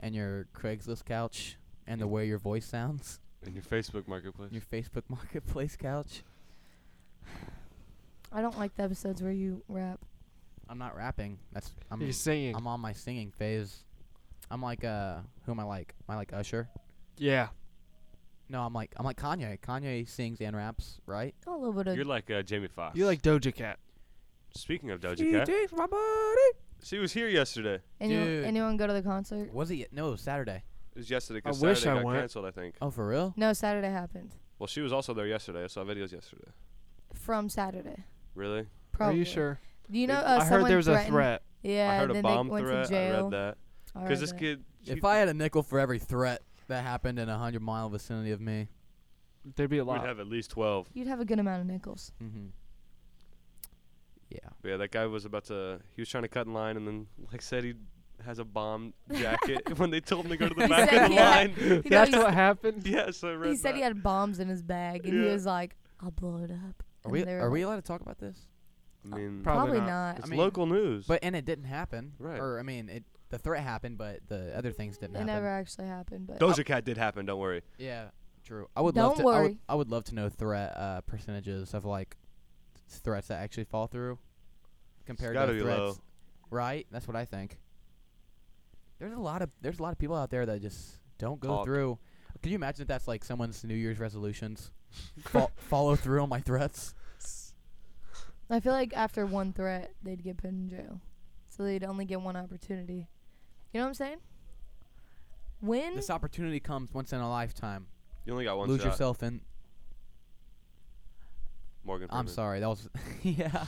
S2: and your Craigslist couch and the way your voice sounds
S5: in your Facebook marketplace.
S2: your Facebook [LAUGHS] Marketplace couch.
S3: I don't like the episodes where you rap.
S2: I'm not rapping. That's I'm
S4: You're singing.
S2: I'm on my singing phase. I'm like uh who am I like? Am I like Usher?
S4: yeah.
S2: No, I'm like I'm like Kanye. Kanye sings and raps, right?
S3: A little bit of.
S5: You're like uh, Jamie Foxx.
S4: You like Doja Cat.
S5: Speaking of Doja Cat,
S4: my buddy.
S5: she was here yesterday.
S3: anyone,
S2: Dude.
S3: anyone go to the concert?
S2: Was he no, it was Saturday.
S5: It was yesterday
S4: I
S5: because
S4: wish
S5: Saturday
S4: I
S5: got
S4: went.
S5: canceled. I think.
S2: Oh, for real?
S3: No, Saturday happened.
S5: Well, she was also there yesterday. I saw videos yesterday.
S3: From Saturday.
S5: Really?
S3: Probably.
S4: Are you sure?
S3: Do you know?
S5: If-
S3: Uh,
S4: I heard there was a
S3: threatened-
S4: threat.
S3: Yeah.
S5: I
S3: then
S5: heard a
S3: they
S5: bomb
S3: went
S5: threat.
S3: to jail.
S5: I read that.
S3: I
S5: Because
S3: read
S5: this
S3: that.
S5: kid. she-
S2: If I had a nickel for every threat that happened in a 100 mile vicinity of me.
S4: There'd be a
S5: We'd
S4: lot.
S5: have at least twelve.
S3: You'd have a good amount of nickels.
S2: Mhm. Yeah.
S5: But yeah, that guy was about to. He was trying to cut in line, and then like said he has a bomb jacket. [LAUGHS] when they told him to go to
S3: [LAUGHS]
S5: the
S3: He
S5: back
S3: said
S5: of the
S3: he had-
S4: [LAUGHS]
S5: line. [LAUGHS]
S3: You know,
S4: That's
S3: he's-
S4: what happened.
S5: yeah, so I read
S3: He said he
S5: that.
S3: had bombs in his bag, and he
S5: Yeah.
S3: was like, "I'll blow it up."
S2: Are
S3: And
S2: we
S3: they were
S2: are we
S3: like,
S2: allowed to talk about this?
S5: I mean,
S4: Probably
S3: Probably
S4: not.
S3: not.
S5: it's
S2: I mean-
S5: local news.
S2: But and it didn't happen.
S5: Right.
S2: Or I mean, it the threat happened, but the other things didn't
S3: It
S2: happen.
S3: never actually happened, but
S2: uh,
S5: Doja Cat did happen. Don't worry.
S2: Yeah, true. I would love
S3: Don't
S2: to. I, would,
S3: worry.
S2: I would love to know threat uh, percentages of like th- threats that actually fall through compared
S5: gotta
S2: to
S5: be
S2: threats.
S5: low.
S2: Right? That's what I think. There's a lot of there's a lot of people out there that just don't go
S5: Talk.
S2: through. Could you imagine if that's like someone's New Year's resolutions? Fo- follow through on my threats.
S3: I feel like after one threat, they'd get put in jail, so they'd only get one opportunity. You know what I'm saying? When
S2: This opportunity comes once in a lifetime.
S5: You only got one
S2: Lose
S5: shot.
S2: yourself in.
S5: Morgan.
S2: I'm
S5: Freeman.
S2: sorry. That was [LAUGHS] yeah.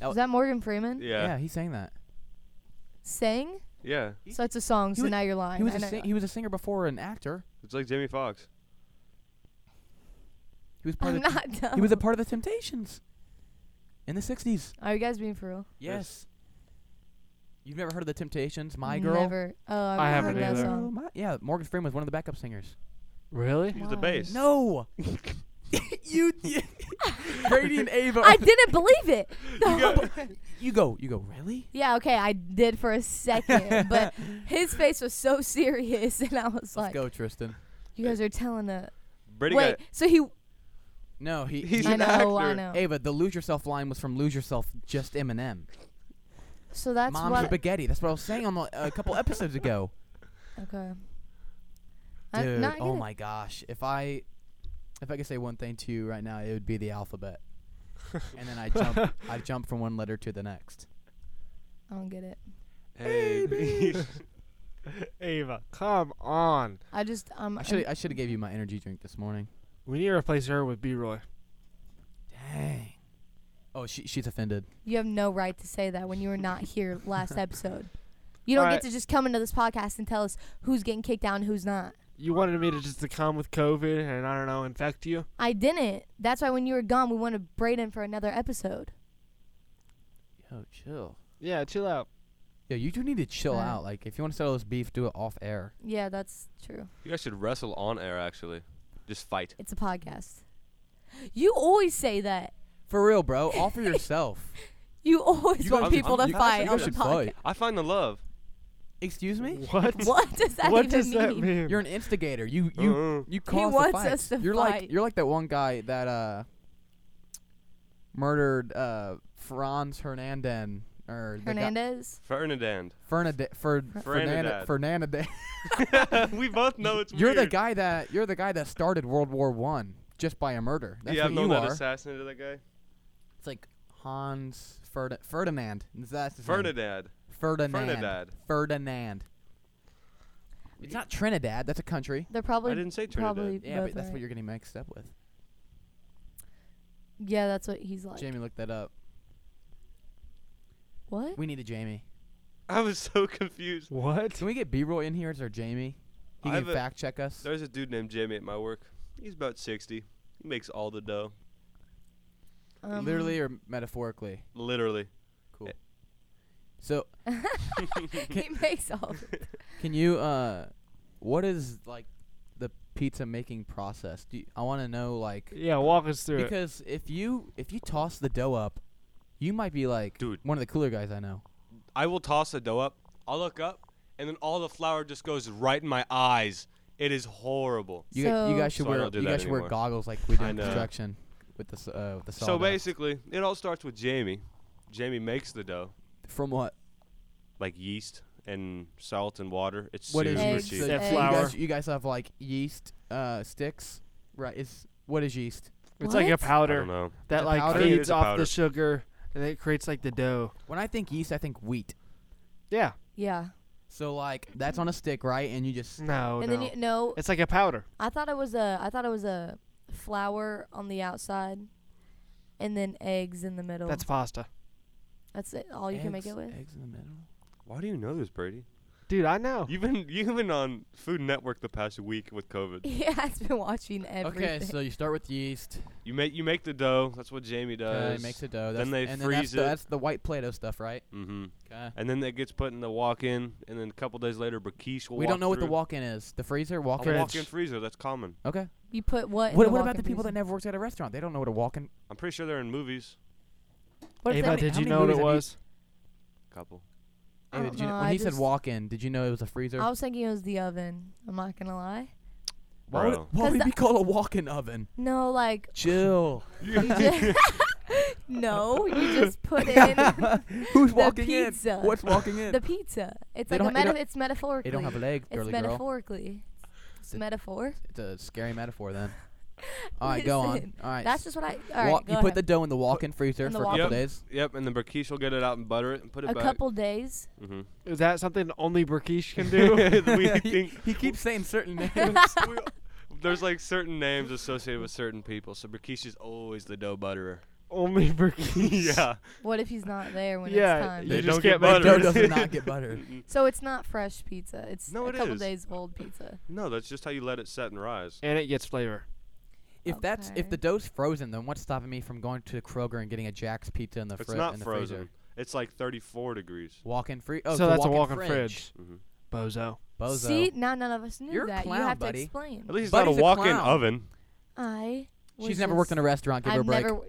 S3: was that Morgan Freeman
S5: Yeah.
S2: Yeah, he sang that.
S3: sang?
S5: Yeah.
S3: So it's a song. So
S2: was-
S3: now you're lying.
S2: He was
S3: I
S2: a
S3: know.
S2: sing- he was a singer before an actor.
S5: It's like Jamie Foxx.
S2: He was part
S3: I'm
S2: of the
S3: not dumb.
S2: [LAUGHS] He was a part of the Temptations in the 60s.
S3: Are you guys being for real?
S5: Yes.
S2: You've never heard of the Temptations, My Girl?
S3: Never. Oh, I've
S4: I
S3: never heard
S4: haven't
S3: that
S4: either.
S2: [LAUGHS]
S3: song.
S2: My- yeah, Morgan Freeman was one of the backup singers.
S4: Really?
S5: He was the
S3: Why?
S5: bass.
S3: [LAUGHS]
S2: No. you Brady and Ava.
S3: I didn't believe
S2: [LAUGHS]
S3: it.
S2: You go. You go, really?
S3: yeah, okay, I did for a
S2: [LAUGHS]
S3: second, but his face was so serious, [LAUGHS] and I was
S2: Let's
S3: like,
S2: go, Tristan.
S3: "You guys are telling a
S5: Brady
S3: wait."
S5: got.
S3: So he,
S2: No, he
S5: He's
S3: I
S5: an
S3: know, oh, I
S5: actor.
S3: know.
S2: Ava, the lose yourself line was from Lose Yourself just Eminem.
S3: So that's
S2: Mom's
S3: what.
S2: spaghetti. That's what I was saying on the, a couple episodes ago.
S3: okay. I-
S2: Dude,
S3: no, I get
S2: oh
S3: it.
S2: my gosh. If I if I could say one thing to you right now, it would be the alphabet. and then I jump I jump from one letter to the next.
S3: I don't get it.
S5: Hey, B.
S4: Ava, come on.
S3: I just um.
S2: I should I should have gave you my energy drink this morning.
S4: We need to replace her with B Roy.
S2: Dang. Oh, she she's offended.
S3: You have no right to say that when you were not here
S2: [LAUGHS]
S3: last episode. You don't
S4: Alright.
S3: get to just come into this podcast and tell us who's getting kicked out and who's not.
S4: You wanted me to just to come with COVID and I don't know, infect you?
S3: I didn't. That's why when you were gone, we wanted Braden for another episode.
S2: Yo, chill.
S4: Yeah, chill out.
S2: Yo, you do need to chill
S3: Alright.
S2: out. Like if you want to settle this beef, do it off air.
S3: Yeah, that's true.
S5: [LAUGHS] you guys should wrestle on air. Actually, just fight.
S3: It's a podcast. You always say that.
S2: For real, bro.
S3: [LAUGHS]
S2: All for yourself.
S3: You always
S2: You
S3: want
S5: guys-
S3: people
S5: I'm-
S3: to
S5: you guys-
S3: fight
S5: you
S3: on
S5: guys
S3: the
S5: should
S3: podcast.
S2: fight.
S5: I find the love.
S2: Excuse me?
S4: [LAUGHS] What?
S3: [LAUGHS] What does that
S4: what
S3: even
S4: does
S3: mean?
S4: that mean?
S2: You're an instigator. You you
S5: Uh-uh.
S2: you cause the
S3: wants
S2: fights.
S3: us to
S2: you're like
S3: fight.
S2: you're like that one guy that uh murdered uh Franz Hernandez or the guy-
S3: [LAUGHS] Hernandez?
S5: Ferdinand. [LAUGHS]
S2: Fernande- Fer- Fernanda-
S5: Fernandad.
S2: Fernandez. [LAUGHS]
S5: we both know it's
S2: You're the
S5: weird.
S2: guy that you're the guy that started World War One just by a murder. That's
S5: yeah, I've
S2: what
S5: known
S2: you
S5: that
S2: are.
S5: assassin to that guy.
S2: It's like Hans Ferda- Ferdinand. That's his name.
S5: Ferdinand.
S2: Ferdinand.
S5: Ferdinand.
S2: Ferdinand. It's not Trinidad. That's a country.
S3: They're probably
S5: I didn't say Trinidad.
S3: probably
S2: Yeah,
S3: both
S2: but that's
S3: right.
S2: what you're getting mixed up with.
S3: Yeah, that's what he's like.
S2: Jamie, look that up.
S3: What?
S2: We need a Jamie.
S5: [LAUGHS] I was so confused.
S4: what?
S2: Can we get B-roll in here? Is there Jamie? He
S5: I
S2: can
S5: have a-
S2: fact check us.
S5: There's a dude named Jamie at my work. He's about 60. He makes all the dough,
S3: Um,
S2: Literally or metaphorically?
S5: literally.
S2: Cool.
S5: Eh.
S2: So,
S3: [LAUGHS] he makes all. of it.
S2: can you uh what is like the pizza making process? Do you, I want to know like
S4: Yeah, walk us through it.
S2: because if you if you toss the dough up, you might be like
S5: Dude.
S2: one of the cooler guys I know.
S5: I will toss the dough up. I'll look up, and then all the flour just goes right in my eyes. It is horrible.
S2: You, gu- you
S3: So-
S2: guys should
S5: So I
S2: wear
S5: don't do
S2: you
S5: that
S2: guys should wear
S5: anymore.
S2: goggles like we do
S5: I
S2: in
S5: know.
S2: construction with the s- uh with the
S5: So
S2: sawdust.
S5: basically, it all starts with Jamie. Jamie makes the dough,
S2: from what
S5: like yeast and salt and water. It's
S2: what is
S5: super
S3: Eggs,
S5: cheap.
S2: so
S4: That
S2: you
S4: flour.
S2: guys, you guys have like yeast uh sticks, right? Is what is yeast?
S4: It's like a
S3: What?
S5: I
S4: powder
S5: don't know.
S4: that
S2: The
S4: like
S2: powder?
S5: I think it
S4: feeds
S5: is a
S4: off
S5: powder.
S4: the sugar and it creates like the dough.
S2: When I think yeast, I think wheat.
S4: Yeah.
S3: Yeah.
S2: So like that's on a stick, right? And you just
S4: No.
S3: and
S4: Oh, no.
S3: then you, no,
S4: it's like a powder.
S3: I thought it was a I thought it was a flour on the outside, and then eggs in the middle.
S4: That's pasta.
S3: That's it. All you can
S2: eggs-
S3: make it with.
S2: eggs in the middle.
S5: Why do you know this, Brady?
S4: Dude, I
S2: Oh.
S4: know.
S5: You've been you've been on Food Network the past week
S3: [LAUGHS]
S5: with
S2: [LAUGHS]
S5: COVID.
S3: Yeah, I've been watching everything.
S2: Okay, so you start with yeast.
S5: You make you make the dough. That's what Jamie
S2: Okay,
S5: does.
S2: makes a dough. That's
S5: Then they
S2: and
S5: freeze
S2: then that's, The,
S5: it.
S2: that's the white Play-Doh stuff, right?
S5: Mm-hmm.
S2: Okay.
S5: And then that gets put in the walk-in, and then a couple days later, Bracquish will.
S2: We don't
S5: walk
S2: know what the
S5: through.
S2: walk-in is. The freezer,
S5: A
S2: walk-in.
S5: walk-in freezer. That's common.
S2: Okay.
S3: you put what? in
S2: What,
S3: the
S2: what about the
S3: walking
S2: people that
S3: freezer?
S2: never worked at a restaurant? They don't know what a walk-in.
S5: I'm pretty sure they're in movies.
S3: What if
S4: Ava,
S3: that
S2: many-
S4: did
S2: how
S4: you
S2: many
S4: know what it
S2: movies have you-
S4: was?
S3: [LAUGHS]
S5: Couple. [LAUGHS]
S3: I
S2: Ava,
S3: don't
S2: did you-
S3: know,
S2: when
S3: I
S2: he said
S3: just-
S2: walk-in, did you know it was a freezer?
S3: I was thinking it was the oven. I'm not gonna lie.
S2: why would, it,
S5: Bro.
S2: why would it
S3: Cause
S2: be
S3: the-
S2: called a walk-in
S3: [LAUGHS]
S2: oven?
S3: No, like
S2: Chill.
S3: you just, no,
S2: [LAUGHS]
S3: you just [LAUGHS] put in
S2: Who's
S3: The
S2: walking in?
S3: pizza.
S2: What's walking in?
S3: the pizza. It's
S2: They
S3: like a
S2: don't ha- they
S3: meta-
S2: don't-
S3: it's metaphorically.
S2: they don't have a leg,
S3: it's
S2: girly girl.
S3: metaphorically. It's
S2: The-
S3: metaphor.
S2: It's a scary metaphor
S3: [LAUGHS]
S2: then. All right, go on.
S3: Listen,
S2: All right.
S3: That's just what I. All right,
S2: Wa-
S3: go
S2: you put the
S3: ahead.
S2: dough in the walk-in freezer
S3: in the
S2: for a couple
S5: walk-in.
S2: days.
S5: Yep, and then Bracquish will get it out and butter it and put it
S3: a
S5: back.
S3: couple days. [LAUGHS]
S5: Mm-hmm. [LAUGHS]
S4: Is that something only Burkish can do?
S5: [LAUGHS]
S2: [LAUGHS]
S5: we
S2: he,
S3: [LAUGHS]
S5: think
S2: he keeps saying certain names.
S5: [LAUGHS] we, there's like certain names associated with certain people. So Bracquish is always the dough butterer.
S2: [LAUGHS]
S4: only Burkish.
S5: yeah.
S3: What if he's not there when
S4: Yeah,
S3: it's time?
S5: They
S4: you
S5: don't
S4: just
S5: get
S4: can't make
S2: dough
S5: butter.
S4: donuts.
S3: [LAUGHS]
S2: does not get buttered.
S3: So it's not fresh pizza. It's
S5: No,
S3: a
S5: it
S3: couple
S5: is.
S3: days old pizza.
S5: No, that's just how you let it set and rise.
S4: and it gets flavor.
S2: If that's if
S3: Okay.
S2: the dough's frozen, then what's stopping me from going to Kroger and getting a Jack's pizza in the
S5: It's
S2: fri-
S5: not
S2: in the
S5: frozen.
S2: freezer?
S5: It's like 34 degrees.
S2: Walk-in free. Oh,
S4: so
S2: it's
S4: that's
S2: a
S4: a
S2: walk-in,
S4: walk-in
S2: fridge.
S5: hmm
S4: Bozo.
S2: Bozo.
S3: See, now none of us knew
S2: You're a
S3: that.
S2: clown,
S3: you have
S2: buddy.
S3: to explain.
S5: At least it's
S2: But
S5: not a
S2: he's a
S5: walk-in
S2: clown.
S5: oven.
S3: I. Was
S2: She's never worked in a restaurant. Give her a
S3: I've
S2: break.
S3: never.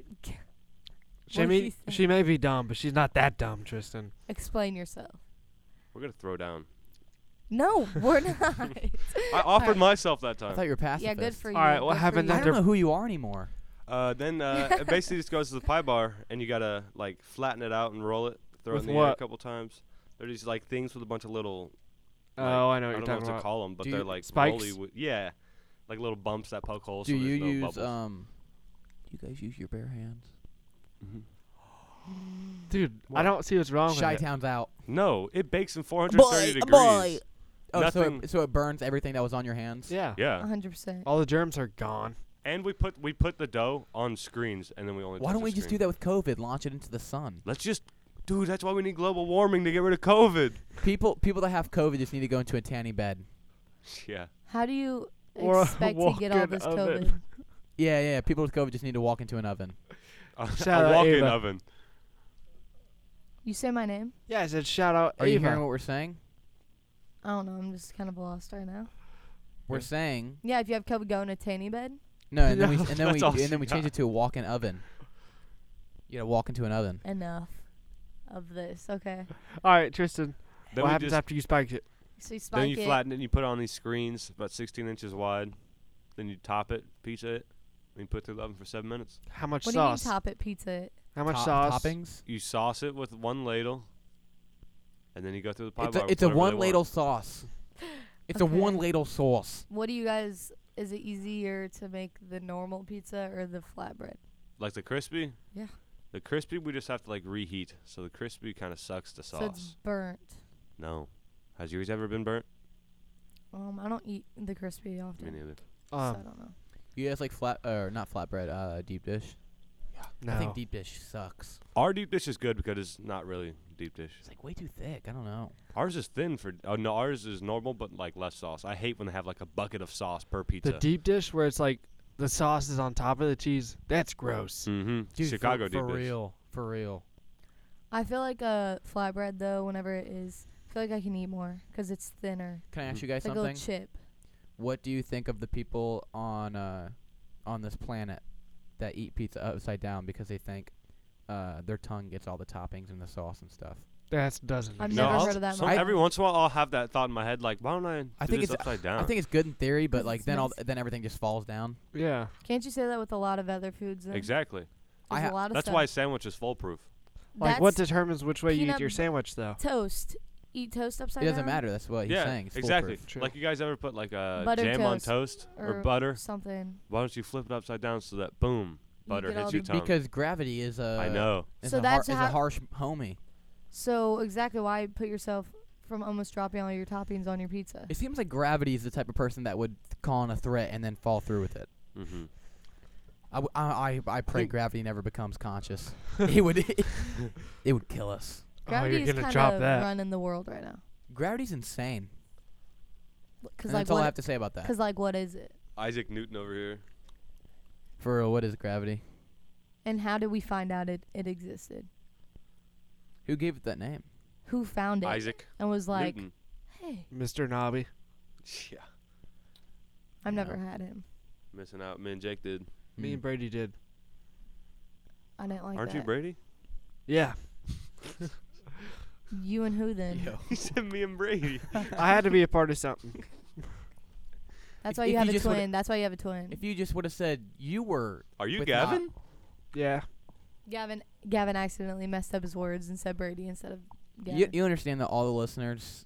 S4: She
S3: What'd
S4: may,
S3: she say?
S4: she may be dumb, but she's not that dumb, Tristan.
S3: Explain yourself.
S5: We're gonna throw down.
S3: [LAUGHS] No, we're not. [LAUGHS]
S5: I offered myself that
S2: I
S5: time.
S2: thought you were pacifist.
S3: yeah, good for you.
S4: All right,
S3: good
S4: what
S3: for
S4: happened
S3: you.
S2: I
S4: under-
S2: don't know who you are anymore.
S5: Uh, then uh,
S2: [LAUGHS]
S5: it basically just goes to the pie bar, and you gotta like flatten it out and roll it, throw
S4: With
S5: it in the air a
S4: what?
S5: couple times. They're just like things with a bunch of little. like,
S4: oh, I know
S5: I
S4: what you're
S5: don't know what
S4: talking
S5: to
S4: about.
S5: call them, but
S2: Do
S5: they're
S2: you-
S5: like
S4: spikes?
S5: rolly wi- yeah, like little bumps that poke holes.
S2: Do
S5: so there's
S2: you
S5: no
S2: use
S5: bubbles.
S2: um? Do you guys use your bare hands?
S4: Dude,
S5: What?
S4: I don't see what's wrong
S2: Shy
S4: with it.
S2: Town's out.
S5: No, it bakes in 430 degrees.
S2: Oh, so
S5: Nothing-
S2: it, so it burns everything that was on your hands.
S4: Yeah.
S5: Yeah,
S3: 100%.
S4: All the germs are gone.
S5: and we put we put the dough on screens, and then we only.
S2: Why don't we just do that with COVID? Launch it into the sun.
S5: Let's just, dude. That's why we need global warming to get rid of COVID. [LAUGHS]
S2: People people that have COVID just need to go into a tanning bed.
S5: yeah.
S3: How do
S4: [LAUGHS]
S3: you
S4: Or a
S3: expect to get all
S4: walk-in
S3: this
S4: oven.
S3: COVID?
S2: Yeah, yeah. People with COVID just need to walk into an oven.
S5: A,
S4: Shout
S5: a
S4: out
S5: walk-in
S4: Ava.
S5: oven.
S3: You say my name?
S4: Yeah, I said shout out
S2: Are you
S4: Ava.
S2: hearing what we're saying?
S3: I don't know. I'm just kind of lost right now.
S2: We're
S5: Yeah.
S2: saying
S3: Yeah, if you have COVID, go in a tanny bed.
S2: no, and then [LAUGHS] we
S4: No,
S2: and then we
S5: that's all
S2: and then
S5: she
S2: we change
S5: got.
S2: it to a walk-in oven. You gotta walk into an oven.
S3: Enough of this. Okay.
S4: All right, Tristan. what
S5: Then we
S4: happens
S5: just-
S4: after you spiked it?
S3: So you spike
S5: Then you
S3: it.
S5: flatten it and you put it on these screens about 16 inches wide. Then you top it, pizza it, and you put it through the oven for seven minutes.
S4: How much
S3: What
S4: sauce?
S3: do you mean top it pizza? it?
S4: How much
S2: Top-
S4: sauce?
S2: toppings?
S5: You sauce it with one ladle, and then you go through the pie
S2: It's
S5: bar.
S2: a,
S5: with
S2: it's a
S5: whatever they
S2: one
S5: want.
S2: ladle sauce. It's a
S3: Okay.
S2: one ladle sauce.
S3: What do you guys? Is it easier to make the normal pizza or the flatbread?
S5: Like the crispy?
S3: Yeah.
S5: The crispy, we just have to like reheat. So the crispy kind of sucks the
S3: So
S5: sauce.
S3: it's burnt.
S5: no. Has yours ever been burnt?
S3: Um, I don't eat the crispy often,
S5: Me neither.
S3: so I
S4: Um,
S3: don't know.
S2: You guys like flat or not flatbread? Uh, deep dish.
S4: no.
S2: I think deep dish sucks.
S5: Our deep dish is good because it's not really deep dish.
S2: It's like way too thick. I don't know.
S5: Ours is thin for. Oh no, ours is normal, but like less sauce. I hate when they have like a bucket of sauce per
S4: the
S5: pizza.
S4: deep dish where it's like the sauce is on top of the cheese. That's gross.
S5: Mm-hmm.
S2: Dude, for-
S5: Chicago
S2: for,
S5: did this.
S2: real, for real.
S3: I feel like a flatbread though. Whenever it is, I feel like I can eat more because it's thinner.
S2: Can I ask
S5: Mm.
S2: you guys
S3: It's like a
S2: something?
S3: little chip.
S2: What do you think of the people on uh, on this planet that eat pizza upside down because they think uh, their tongue gets all the toppings and the sauce and stuff?
S4: That doesn't.
S3: I've
S4: make
S3: never
S5: no,
S4: sense.
S3: heard of that
S5: some-
S2: one.
S5: every once in a while, I'll have that thought in my head, like, why don't I? Do
S2: I think
S5: this
S2: it's-
S5: upside down.
S2: I think it's good in theory, but
S3: 'Cause
S2: like
S3: it's
S2: then all
S3: messy.
S2: th- then everything just falls down.
S4: Yeah.
S3: Can't you say that with a lot of other foods? Though?
S5: exactly.
S2: I
S3: There's
S2: ha-
S3: a lot of
S5: That's
S3: stuff.
S5: why a sandwich is foolproof.
S4: Like, what
S3: That's
S4: determines which way you eat
S3: peanut
S4: your
S3: bu-
S4: sandwich, though?
S3: toast? Eat toast upside
S2: It
S3: down.
S2: doesn't matter. That's what he's
S5: yeah,
S2: saying. It's
S5: exactly.
S2: foolproof.
S4: True.
S5: Like you guys ever put like uh,
S3: Butter
S5: jam on
S3: toast
S5: toast or,
S3: or
S5: butter?
S3: Something.
S5: Why don't you flip it upside down so that boom, butter
S3: get all
S5: hits your
S3: the-
S5: tongue?
S2: Because gravity is uh, a
S5: I know.
S2: is
S3: So
S2: a
S3: that's
S2: har- is a
S3: how-
S2: harsh homie.
S3: So exactly why you put yourself from almost dropping all your toppings on your pizza.
S2: It seems like gravity is the type of person that would call in a threat and then fall through with it.
S5: Mm-hmm.
S2: I, w- I, I- I pray gravity never becomes conscious. [LAUGHS] it would it would kill us.
S3: Gravity
S4: oh, you're
S3: is
S4: gonna
S3: kind
S4: drop
S3: of
S4: that.
S3: running the world right now.
S2: Gravity's insane.
S3: Because
S2: And
S3: like
S2: that's all I have
S3: what?
S2: to say about that.
S3: Because like what is it?
S5: Isaac Newton over here.
S2: For real, what is gravity?
S3: And how did we find out it, it existed?
S2: Who gave it that name?
S3: Who found it?
S5: Isaac
S3: And was like,
S5: Newton.
S3: hey,
S4: Mr. Nobby.
S5: Yeah.
S3: I've
S2: Yeah.
S3: never had him.
S5: Missing out. Me and Jake did.
S4: Me and Brady did.
S3: I didn't like
S5: Aren't
S3: that.
S5: you
S2: [LAUGHS]
S5: Brady?
S4: Yeah.
S3: You and who then?
S2: Yo.
S5: he said me
S2: [LAUGHS]
S5: and Brady.
S4: I had to be a part of something.
S2: If-
S3: That's why
S2: if
S3: you have
S2: you
S3: a
S2: just would've-
S3: twin. That's why you have a twin.
S2: If you just would have said you were
S5: Are you
S2: with
S5: Gavin?
S2: Not,
S4: Yeah.
S3: Gavin Gavin accidentally messed up his words and said Brady instead of Gavin.
S2: you, you understand that all the listeners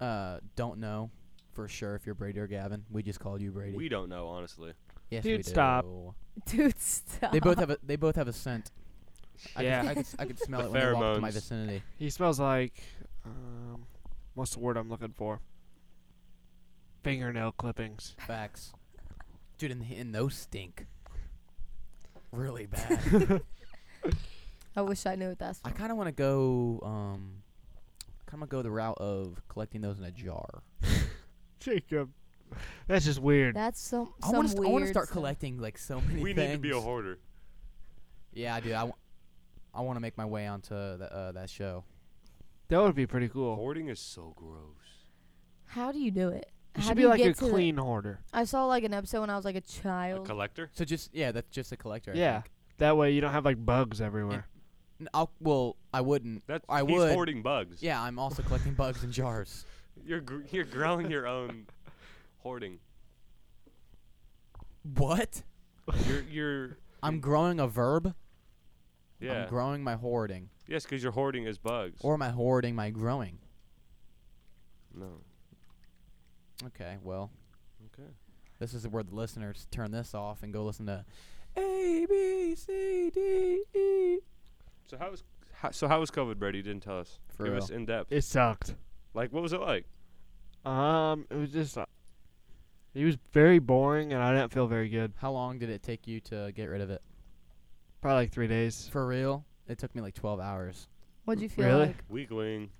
S2: uh, don't know for sure if you're Brady or Gavin. We just called you Brady.
S5: We don't know, honestly.
S2: yes,
S4: Dude,
S2: we
S4: stop.
S2: do.
S3: [LAUGHS] Dude, stop.
S2: They both have a they both have a scent. I
S4: Yeah.
S2: could, I could, s- I could smell
S5: The
S2: it when they walked to my
S5: pheromones.
S2: vicinity.
S4: He smells like. Um, what's the word I'm looking for? Fingernail clippings.
S2: Facts, dude, and, and those stink really
S4: [LAUGHS]
S2: bad.
S3: I wish I knew what that's.
S2: I kind of want to go um, kind of go the route of collecting those in a jar.
S4: Jacob. That's just weird.
S3: That's some.
S2: I want
S3: some
S2: to I want
S3: weird
S2: to start
S3: stuff.
S2: collecting like so many.
S5: We need
S2: things.
S5: to be a hoarder.
S2: Yeah, I do. I, w- I want to make my way onto the, uh, that show.
S4: that would be pretty cool.
S5: Hoarding is so gross.
S3: How do you do it?
S4: You
S3: How do
S4: should be
S3: you
S4: like
S3: get
S4: a
S3: to the-
S4: clean hoarder.
S3: I saw like an episode when I was like a
S5: A
S3: child.
S5: collector?
S2: So just yeah, that's just a collector. I
S4: Yeah.
S2: think.
S4: That way you don't have like bugs everywhere.
S2: N- I'll, well, I wouldn't.
S5: That's
S2: I
S5: he's
S2: would.
S5: hoarding bugs.
S2: Yeah, I'm also collecting bugs in jars.
S5: You're gr- you're growing your own [LAUGHS] hoarding.
S2: What?
S5: You're you're
S2: I'm growing a verb.
S5: yeah.
S2: I'm growing my hoarding,
S5: yes, because you're hoarding is bugs.
S2: or my hoarding, my growing.
S5: no.
S2: Okay, well,
S5: Okay.
S2: this is where the listeners turn this off and go listen to A B C D E.
S5: So how was how, so how was COVID, Brady? You didn't tell us.
S2: For
S5: Give
S2: real.
S5: us in depth.
S4: It sucked.
S5: Like what was it like?
S4: Um, it was just. Uh, he was very boring, and I didn't feel very good.
S2: How long did it take you to get rid of it?
S4: Probably like three days.
S2: For real? It took me like 12 hours.
S3: What'd you feel
S4: Really?
S3: like?
S5: Weakling.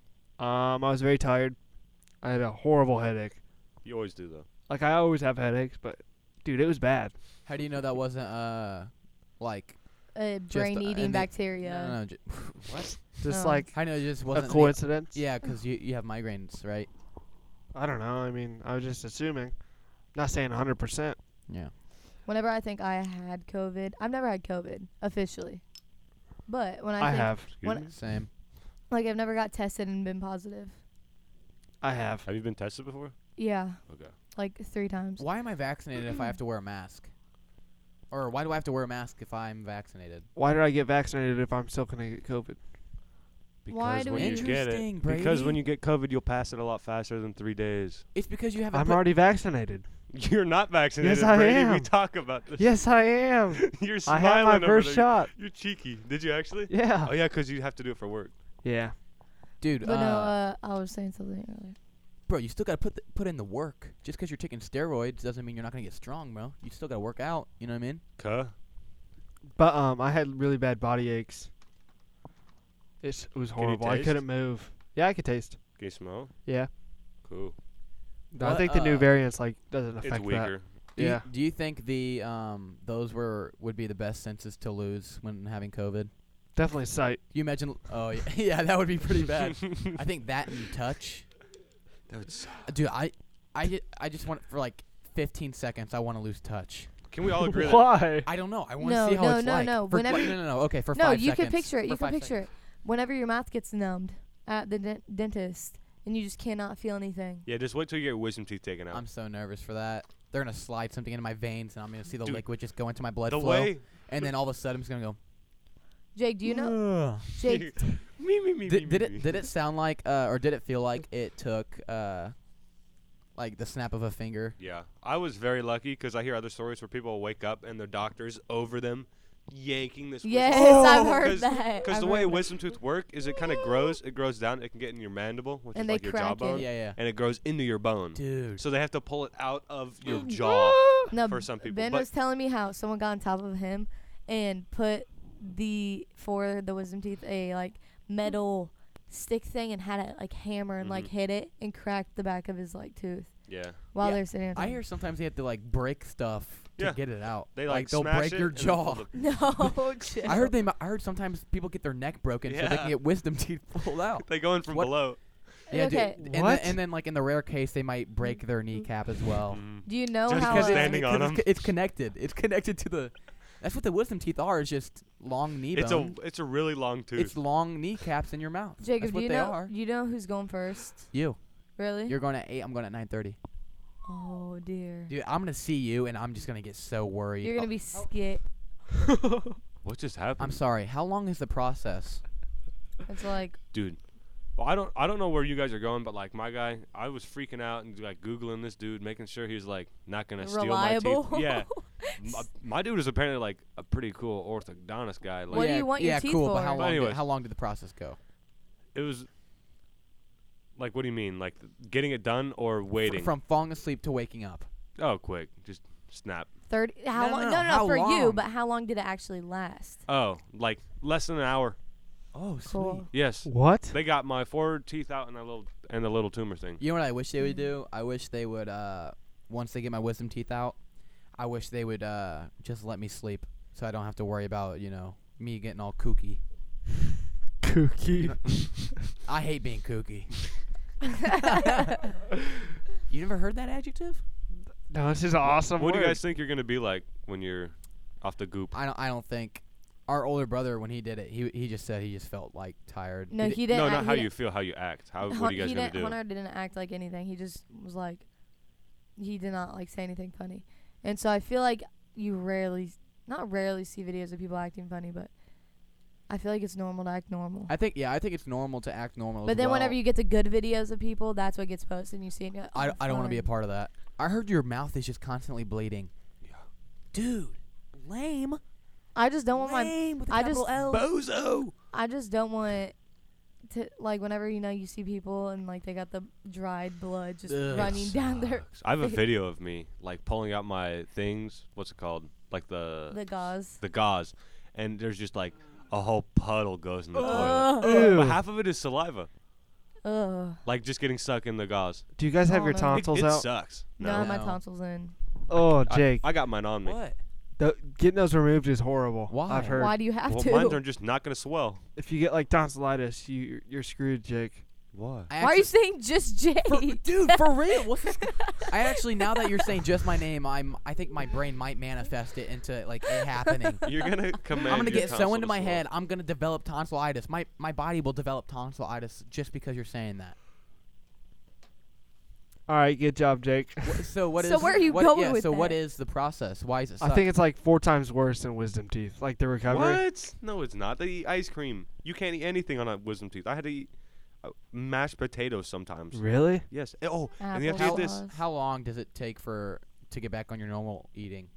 S4: Um, I was very tired. I had a horrible headache.
S5: You always do though.
S4: Like I always have headaches, but dude, it was bad.
S2: How do you know that wasn't uh like
S3: Uh, brain
S2: uh,
S3: eating
S2: and the-
S3: bacteria.
S2: No, no, no, [LAUGHS] ju-
S4: What? Just
S3: Um,
S4: like
S2: I know it just
S4: a
S2: wasn't. the-
S4: coincidence.
S2: yeah, 'cause you you have migraines, right?
S4: I don't know. I mean, I was just assuming. Not saying 100. percent
S2: Yeah.
S3: Whenever I think I had COVID, I've never had COVID officially, but when I,
S4: I
S3: think,
S4: have.
S3: When-
S2: Same.
S3: like I've never got tested and been positive.
S4: I have.
S5: Have you been tested before?
S3: Yeah,
S5: Okay.
S3: like three times.
S2: Why am I vaccinated if I have to wear a mask? Or why do I have to wear a mask if I'm vaccinated?
S4: Why did I get vaccinated if I'm still gonna get COVID?
S3: Why do
S5: when
S3: we
S5: you get it,
S2: Interesting,
S5: because when
S2: Brady.
S5: you get COVID, you'll pass it a lot faster than three days.
S2: It's because you haven't.
S4: I'm
S2: put-
S4: already vaccinated.
S5: [LAUGHS] You're not vaccinated,
S4: Yes, I
S5: Brady. We
S4: am.
S5: talk about this.
S4: Yes, I am. [LAUGHS]
S5: You're
S4: I
S5: smiling
S4: had my
S5: over
S4: first
S5: there.
S4: shot.
S5: You're cheeky. Did you actually?
S4: Yeah.
S5: Oh yeah, because you have to do it for work.
S4: Yeah.
S2: dude.
S3: But
S2: uh,
S3: no, uh, I was saying something earlier.
S2: bro, you still gotta put the, put in the work. Just 'cause you're taking steroids doesn't mean you're not gonna get strong, bro. You still gotta work out. You know what I mean?
S5: Cuh.
S4: But um, I had really bad body aches. It's, it was
S5: you
S4: horrible. I
S5: taste?
S4: couldn't move. Yeah, I could taste.
S5: Can you smell?
S4: Yeah.
S5: Cool.
S4: I
S2: What,
S4: think the new
S2: uh,
S4: variant's like doesn't
S5: It's
S4: affect that.
S5: weaker.
S2: Do
S4: Yeah.
S2: You, do you think the um those were would be the best senses to lose when having COVID? Can
S4: Definitely sight.
S2: you imagine? Oh yeah, [LAUGHS] yeah, that would be pretty
S4: [LAUGHS]
S2: bad. I think that and touch, Uh,
S5: That would suck.
S2: dude. I, I, ju- I just want for like 15 seconds. I want to lose touch.
S5: Can we all agree
S4: [LAUGHS]
S5: that
S4: Why?
S2: I don't know. I want to
S3: No,
S2: see how
S3: no,
S2: it's
S3: no,
S2: like.
S3: no,
S2: For
S3: whenever
S2: fi-
S3: you-
S2: no, no, no. Okay, for
S3: no,
S2: five
S3: you can
S2: seconds.
S3: picture it. You
S2: For
S3: can
S2: five
S3: picture
S2: seconds.
S3: it. Whenever your mouth gets numbed at the dent dentist and you just cannot feel anything.
S5: Yeah, just wait till you get your wisdom teeth taken out.
S2: I'm so nervous for that. They're gonna slide something into my veins, and I'm gonna see the
S5: Dude,
S2: liquid just go into my blood
S5: the
S2: flow,
S5: way
S2: and then all of a sudden I'm just gonna go.
S3: Jake, do you
S5: [LAUGHS]
S3: know? Jake,
S5: me, me, me, me,
S2: did, did
S5: me,
S2: it
S5: me.
S2: did it sound like uh, or did it feel
S3: [LAUGHS]
S2: like it took uh, like the snap of a finger?
S5: Yeah, I was very lucky because I hear other stories where people wake up and their doctors over them yanking this.
S3: yes,
S5: wisdom.
S3: I've heard
S5: Oh, [LAUGHS] Cause,
S3: that.
S5: Because
S3: I've
S5: the way
S3: heard that.
S5: wisdom tooth work is it kind of grows, it grows down, it can get in your mandible, which
S3: And
S5: is
S3: they
S5: like your
S3: crack it.
S5: jawbone,
S2: Yeah, yeah.
S5: Uh, and it grows into your bone.
S2: Dude,
S5: So they have to pull it out of
S3: [LAUGHS] [GASPS]
S5: your jaw.
S3: no,
S5: for some people,
S3: Ben
S5: but-
S3: was telling me how someone got on top of him and put the for the wisdom teeth a like metal stick thing and had it like hammer and like
S5: Mhm.
S3: hit it and cracked the back of his like tooth
S5: Yeah,
S3: while
S2: Yeah,
S3: they're sitting. on
S2: I
S3: top.
S2: hear sometimes they have to like break stuff to
S5: Yeah.
S2: get it out.
S5: they like,
S2: they'll
S5: smash
S2: break
S5: it
S2: your
S5: and then pull
S2: jaw.
S3: [LAUGHS]
S5: the- [LAUGHS]
S3: no.
S2: [LAUGHS]
S3: Jake.
S2: I heard they. mi- I heard sometimes people get their neck broken so they
S5: Yeah.
S2: can get wisdom [LAUGHS] teeth pulled out.
S5: [LAUGHS] They go in from
S2: What?
S5: below.
S2: Yeah,
S3: Okay. Mm-hmm.
S2: dude. And,
S4: What?
S2: Then, and then like in the rare case they might break their kneecap as well.
S5: Mm.
S3: Do you know
S5: Just
S3: how?
S5: because
S3: uh,
S5: standing
S2: Because
S5: on
S2: it's,
S5: 'em.
S2: co- it's connected. It's connected to the. That's what the wisdom teeth are. It's just long knee
S5: It's a
S2: bone.
S5: it's a really long tooth.
S2: It's long kneecaps in your mouth.
S3: Jacob,
S2: That's what
S3: do you
S2: they
S3: know?
S2: are.
S3: You know who's going first?
S2: You.
S3: Really?
S2: You're going at eight. I'm going at nine thirty.
S3: oh dear.
S2: Dude, I'm gonna see you, and I'm just gonna get so worried.
S3: You're gonna
S2: Oh,
S3: be skit.
S5: what just happened?
S2: I'm sorry. How long is the process?
S3: It's like
S5: dude. Well, I don't I don't know where you guys are going, but like my guy, I was freaking out and like googling this dude, making sure he's like not [LAUGHS] gonna
S3: reliable.
S5: steal my teeth.
S3: [LAUGHS]
S5: Yeah, my, my dude is apparently like a pretty cool orthodontist guy. Like
S3: What do you want your
S2: yeah,
S3: teeth
S2: cool, But how
S3: for?
S2: long?
S5: Anyways.
S2: Did, how long did the process go?
S5: it was. Like what do you mean? Like getting it done or
S2: Fr-
S5: waiting?
S2: from falling asleep to waking up.
S5: oh, quick, just snap.
S3: thirty. How
S2: No,
S3: long?
S2: no,
S3: No, no,
S2: how
S3: for you.
S2: long?
S3: But how long did it actually last?
S5: Oh, like less than an hour.
S2: Oh,
S3: Cool.
S5: Yes, [LAUGHS]
S4: What?
S5: they got my four teeth out and a little and the little tumor thing.
S2: You know what I wish they would do? I wish they would. Uh, once they get my wisdom teeth out, I wish they would uh just let me sleep, so I don't have to worry about you know me getting all kooky.
S4: Kooky.
S2: I hate being
S3: [LAUGHS]
S2: kooky. you never heard that adjective?
S4: [LAUGHS] No, this is an awesome.
S5: What do you
S4: word.
S5: guys think you're gonna be like when you're off the goop?
S2: I don't. I don't think our older brother when he did it, he he just said he just felt like tired.
S3: No,
S2: He di-
S3: he didn't.
S5: no,
S3: act-
S5: not
S3: he
S5: how
S3: didn't-
S5: you feel, how you act.
S3: [LAUGHS]
S5: How
S3: Hun-
S5: what are you guys
S3: he
S5: gonna
S3: didn't,
S5: do?
S3: Hunter didn't act like anything. He just was like, he did not like say anything funny, and so I feel like you rarely, not rarely, see videos of people acting funny, but I feel like it's normal to act normal.
S2: I think yeah, I think it's normal to act normal.
S3: but
S2: as
S3: then
S2: well.
S3: whenever you get the good videos of people, that's what gets posted, and you see it. And you're
S2: I,
S3: like, "Oh,
S2: I don't want to be a
S3: fine."
S2: part of that. I heard your mouth is just constantly bleeding.
S5: Yeah.
S2: Dude, lame.
S3: I just don't want my.
S2: lame with a
S3: I just-
S2: capital L.
S5: Bozo.
S3: I just don't want. To, like whenever you know you see people and like they got the dried blood just
S2: Ugh.
S3: running down their
S5: I have a video of me like pulling out my things. What's it called? Like the
S3: the gauze.
S5: the gauze, and there's just like a whole puddle goes in the toilet. But
S4: Ew.
S5: half of it is saliva,
S3: Ugh.
S5: like just getting stuck in the gauze.
S4: Do you guys have your
S3: Oh, no.
S5: It,
S4: tonsils
S5: it
S4: out?
S5: sucks.
S3: No, I
S5: No,
S3: have my
S2: No.
S3: tonsils in.
S4: Oh,
S5: I-
S4: Jake,
S5: I, got mine on me.
S2: What?
S4: tho- getting those removed is horrible.
S2: Why?
S4: I've heard.
S3: Why do you have
S5: Well,
S3: to?
S5: mine are just not gonna swell.
S4: If you get like tonsillitis, you you're, you're screwed, Jake.
S5: What?
S2: I
S3: Why are you
S2: actually-
S3: saying just Jake?
S2: For-
S3: [LAUGHS]
S2: dude, for real? What's this? I actually, now that you're saying just my name, I'm. I think my brain might manifest it into like it [LAUGHS] happening.
S5: [LAUGHS] You're gonna command.
S2: I'm gonna
S5: your
S2: get so
S5: tonsil
S2: into
S5: to
S2: my
S5: swell.
S2: head. I'm gonna develop tonsillitis. My my body will develop tonsillitis just because you're saying that.
S4: All right, good job, Jake.
S2: Wh- So what is?
S3: So where are you
S2: what,
S3: going
S2: yeah,
S3: with
S2: So what
S3: that?
S2: is the process? Why is it?
S4: I
S2: suck?
S4: think it's like four times worse than wisdom teeth. Like the recovery.
S5: What? No, it's not. They eat ice cream. You can't eat anything on a wisdom teeth. I had to eat uh, mashed potatoes sometimes.
S4: Really?
S5: Yes. Eh, Oh, and you have to
S2: how,
S5: eat this.
S2: how long does it take for to get back on your normal eating?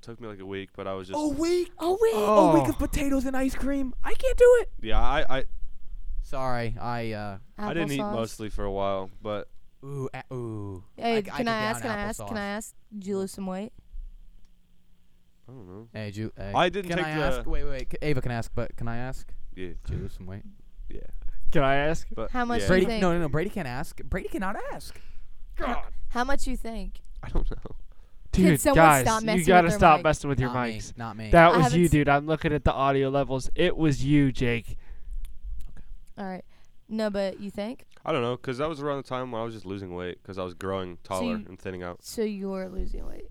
S5: Took me like a week, but I was just.
S2: week. A week.
S4: Oh.
S2: potatoes and ice cream. I can't do it.
S5: Yeah, I I,
S2: Sorry, I uh.
S5: I didn't eat mostly for a while, but
S2: Ooh, a- ooh. I-
S3: Hey,
S2: I
S3: can
S2: go
S3: I, ask? Can
S2: down
S3: I ask? Can
S2: applesauce.
S3: I ask? Did you lose some weight?
S5: I don't know.
S2: Hey, Ju- hey,
S5: I didn't
S2: can
S5: take
S2: I
S5: the-
S2: ask? Wait, wait, c- Ava can ask, but can I ask?
S5: Yeah,
S2: Did you lose some weight?
S5: yeah.
S4: Can I ask?
S5: But
S3: How much
S5: yeah.
S3: do
S2: Brady,
S3: you think?
S2: no,
S5: [LAUGHS]
S2: no, no. Brady can ask. Brady cannot ask.
S3: How much you think?
S5: I don't know.
S3: Could
S4: Dude,
S3: someone
S4: guys,
S3: stop messing
S4: you
S3: with
S4: gotta
S3: their
S4: stop
S3: mic?
S4: messing with your
S2: not
S4: mics.
S2: Me, not me.
S4: That
S3: I
S4: was
S3: haven't
S4: you,
S3: s-
S4: dude. I'm looking at the audio levels. It was you, Jake.
S3: All right. No, but you think?
S5: I don't know, cause that was around the time when I was just losing weight, cause I was growing taller
S3: you-
S5: and thinning out.
S3: So you're
S2: [LAUGHS]
S3: losing weight.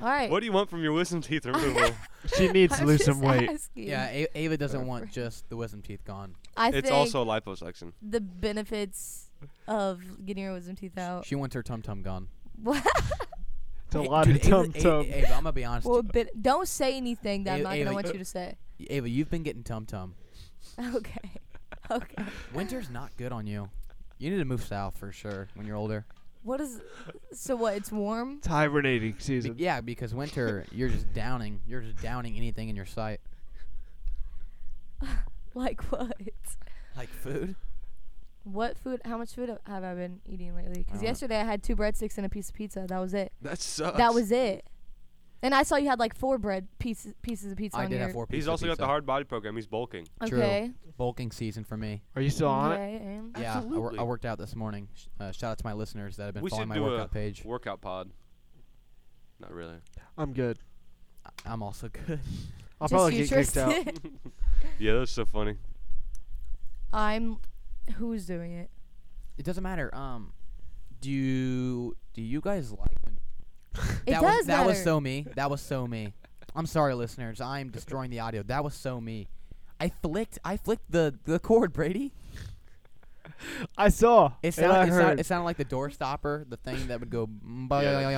S3: All right.
S5: What do you want from your
S3: [LAUGHS]
S5: wisdom teeth removal?
S4: She needs to
S3: I'm
S4: lose
S3: just
S4: some weight.
S3: asking.
S2: yeah, A- Ava doesn't want
S3: [LAUGHS] Perfect.
S2: just the wisdom teeth gone.
S3: I
S5: it's
S3: think
S5: also a liposuction.
S3: the benefits of getting your wisdom teeth out.
S2: She wants her tum tum gone.
S3: What?
S4: It's a
S2: Hey,
S4: lot
S2: dude,
S4: of
S2: Ava-
S4: tum
S2: A-
S4: tum.
S2: Ava, I'm gonna be honest.
S3: [LAUGHS] well, ben- don't say anything that I'm
S2: Ava-
S3: not gonna
S2: Ava,
S3: want
S2: you-
S3: you to say. [LAUGHS]
S2: Ava, you've been getting tum tum.
S3: Okay. [LAUGHS] Okay.
S2: Winter's not good on you. You need to move south for sure when you're older.
S3: What is? So what? It's warm. [LAUGHS]
S4: It's hibernating
S2: Be-
S4: season.
S2: yeah, because winter you're just downing. You're just downing anything in your sight.
S3: Like what?
S2: Like food?
S3: What food? How much food have I been eating lately? Because
S2: Uh,
S3: yesterday I had two breadsticks and a piece of pizza. That was it.
S5: That sucks.
S3: That was it. And I saw you had like four bread pieces pieces of pizza
S2: I
S3: on
S2: did
S3: your
S2: have four pieces.
S5: He's
S2: of
S5: also got
S2: pizza.
S5: the hard body program. He's bulking.
S2: True.
S3: Okay.
S2: bulking season for me.
S4: Are you still on it?
S3: okay, and-
S2: Yeah, I wor- I,
S5: Absolutely.
S2: worked out this morning. Sh- Uh, shout out to my listeners that have been
S5: We
S2: following
S5: should
S2: my
S5: do a-
S2: workout page.
S5: Workout pod. Not really.
S4: I'm good.
S2: I- I'm also good.
S4: I'll
S3: Just
S4: probably
S3: you,
S4: get kicked out.
S3: Tristan.
S5: Yeah, that's so funny.
S3: [LAUGHS] I'm. Who's doing it?
S2: It doesn't matter. Um, do you, do you guys like when
S3: It
S2: that
S3: does
S2: was that was
S3: matter.
S2: so me. That was so me. I'm sorry, listeners. I'm destroying the audio. That was so me. I flicked. I flicked the the cord, Brady.
S4: I saw.
S2: It
S4: and I
S2: sounded. It, sound-
S4: heard.
S2: it sounded like the door stopper, the thing that would go. boing.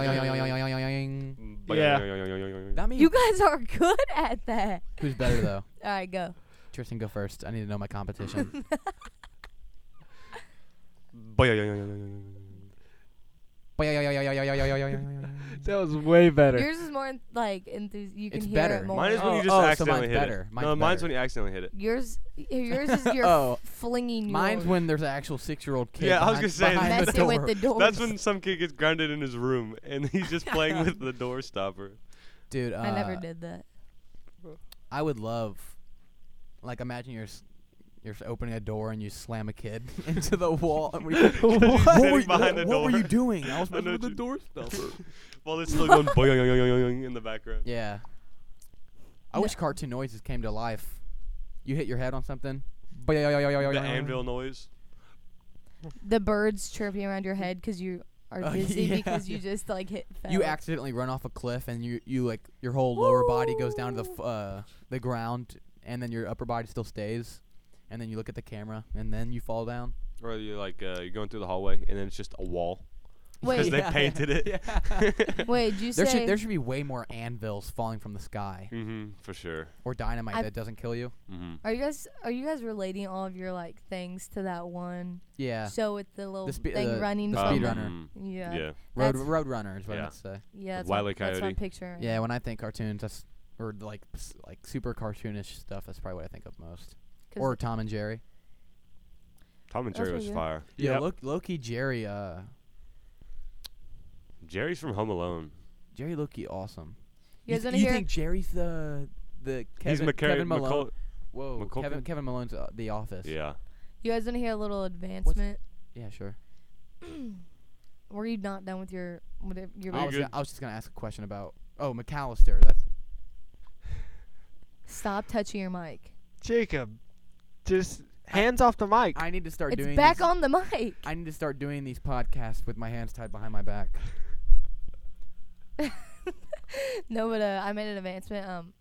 S5: Yeah.
S2: Not me.
S3: You guys are [LAUGHS] good at that.
S2: Who's better though?
S3: All right, go.
S2: Tristan, go first. I need to know my competition.
S4: That, was way better.
S3: Yours is more like enthous. You can
S2: It's
S3: hear
S2: better.
S3: it more.
S5: Mine is when
S2: Oh,
S5: you just
S2: oh, so mine's
S5: accidentally hit
S2: better.
S5: it.
S2: Mine's
S5: no, mine's
S2: better.
S5: when you accidentally hit it.
S3: Yours, yours
S2: [LAUGHS]
S3: is your
S2: Oh.
S3: flinging.
S2: Mine's
S3: yours.
S2: when there's an actual six-year-old kid.
S5: Yeah, I
S2: behind-
S5: was gonna say,
S2: behind the
S3: messing with
S2: door.
S5: [LAUGHS]
S3: the [LAUGHS] doors.
S5: That's when some kid gets grounded in his room and he's just playing with the door stopper.
S2: Dude,
S3: I never
S2: uh,
S3: did that.
S2: I would love, like, imagine you're s- you're s- opening a door and you slam a kid [LAUGHS] into the wall.
S5: [LAUGHS]
S2: And we, [LAUGHS] what
S5: You're just sitting
S2: were you,
S5: behind
S2: what-
S5: the
S2: what were
S5: door.
S2: you doing? I was
S5: [LAUGHS] I know
S2: with the
S5: what
S2: door stopper.
S5: Well, it's still going boing in the background.
S2: yeah. I wish cartoon noises came to life. You hit your head on something. The
S5: The anvil noise.
S3: The birds chirping around your head because you are
S2: [LAUGHS] Oh,
S3: dizzy
S2: yeah.
S3: because you just like hit. Fell.
S2: You accidentally run off a cliff and you you like your whole lower body goes down to the f- uh, the ground and then your upper body still stays and then you look at the camera and then you fall down.
S5: Or you like uh, you're going through the hallway and then it's just a wall.
S3: Wait,
S2: [LAUGHS]
S5: Because they painted it.
S3: wait. Did you
S2: There
S3: say
S2: should there should be way more anvils falling from the sky
S5: [LAUGHS] Mm-hmm. For sure.
S2: or dynamite
S3: I-
S2: that doesn't kill you.
S5: Mm-hmm.
S3: Are you guys are you guys relating all of your like things to that one?
S2: Yeah.
S3: So with the little
S2: The spe-
S3: thing
S2: the-
S3: running.
S2: the
S3: from-
S2: speed speedrunner.
S3: Yeah.
S5: Um, Yeah.
S2: Road
S3: That's-
S2: Road Runner is what I
S5: Yeah.
S2: meant to say.
S3: Yeah. That's
S5: Wile E.
S3: what, That's what I'm
S5: Coyote.
S3: picturing.
S2: Yeah, when I think cartoons, that's or like s- like super cartoonish stuff. That's probably what I think of most.
S3: 'Cause
S2: Or Tom and Jerry.
S5: Tom and
S3: That's
S5: Jerry
S3: what
S5: was
S3: you-
S5: fire.
S2: Yeah, Loki, Loki Jerry. Uh,
S5: Jerry's from Home Alone.
S2: Jerry Loki, awesome.
S3: You guys
S2: th-
S3: want to hear?
S2: think Jerry's the the Kevin,
S5: he's McCarry,
S2: Kevin Malone?
S5: McCul-
S2: Whoa,
S5: McCulkin?
S2: Kevin Kevin Malone's uh, The Office.
S5: yeah.
S3: you guys want to hear a little advancement?
S2: Yeah, sure.
S3: Were you not done with your whatever your?
S2: I
S5: You're
S2: was,
S5: good.
S2: gonna- I was just gonna ask a question about oh McAllister. That's
S3: Stop touching your mic.
S4: Jacob, just hands off the mic.
S2: I need to start
S3: it's
S2: doing.
S3: back
S2: these,
S3: on the [LAUGHS] mic.
S2: I need to start doing these podcasts with my hands tied behind my back.
S3: No, but uh, I made an advancement. Um,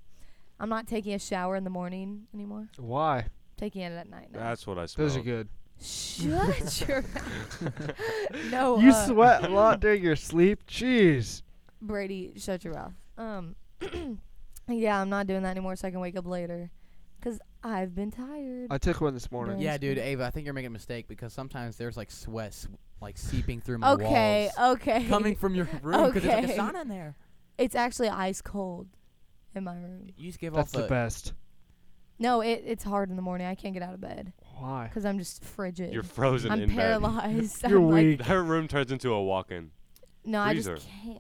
S3: I'm not taking a shower in the morning anymore.
S4: Why?
S3: taking it at night now.
S5: That's what I smelled.
S4: Those
S2: Oh.
S4: are good.
S3: Shut your mouth.
S2: Oh,
S3: no,
S4: You
S3: uh,
S4: sweat
S2: [LAUGHS]
S4: a lot during your sleep. Jeez.
S3: Brady, shut your mouth. Um, [CLEARS THROAT] yeah, I'm not doing that anymore, so I can wake up later, cause I've been tired.
S4: I took one this morning.
S2: Yeah,
S3: Sounds
S2: dude,
S3: good.
S2: Ava, I think you're making a mistake because sometimes there's like sweat s- like seeping through my
S3: okay,
S2: walls.
S3: okay.
S2: Coming from your room because
S3: Okay.
S2: there's like a sauna in there.
S3: It's actually ice cold in my room.
S2: You just give
S4: That's
S2: off
S4: the
S2: a-
S4: best.
S3: No, it, it's hard in the morning. I can't get out of bed
S4: Why?
S3: cause I'm just frigid.
S5: You're frozen
S3: I'm
S5: in bed. [LAUGHS]
S3: paralyzed.
S4: You're
S3: I'm like-
S4: weak.
S5: Her room turns into a walk-in.
S3: no, I just
S5: Freezer.
S3: can't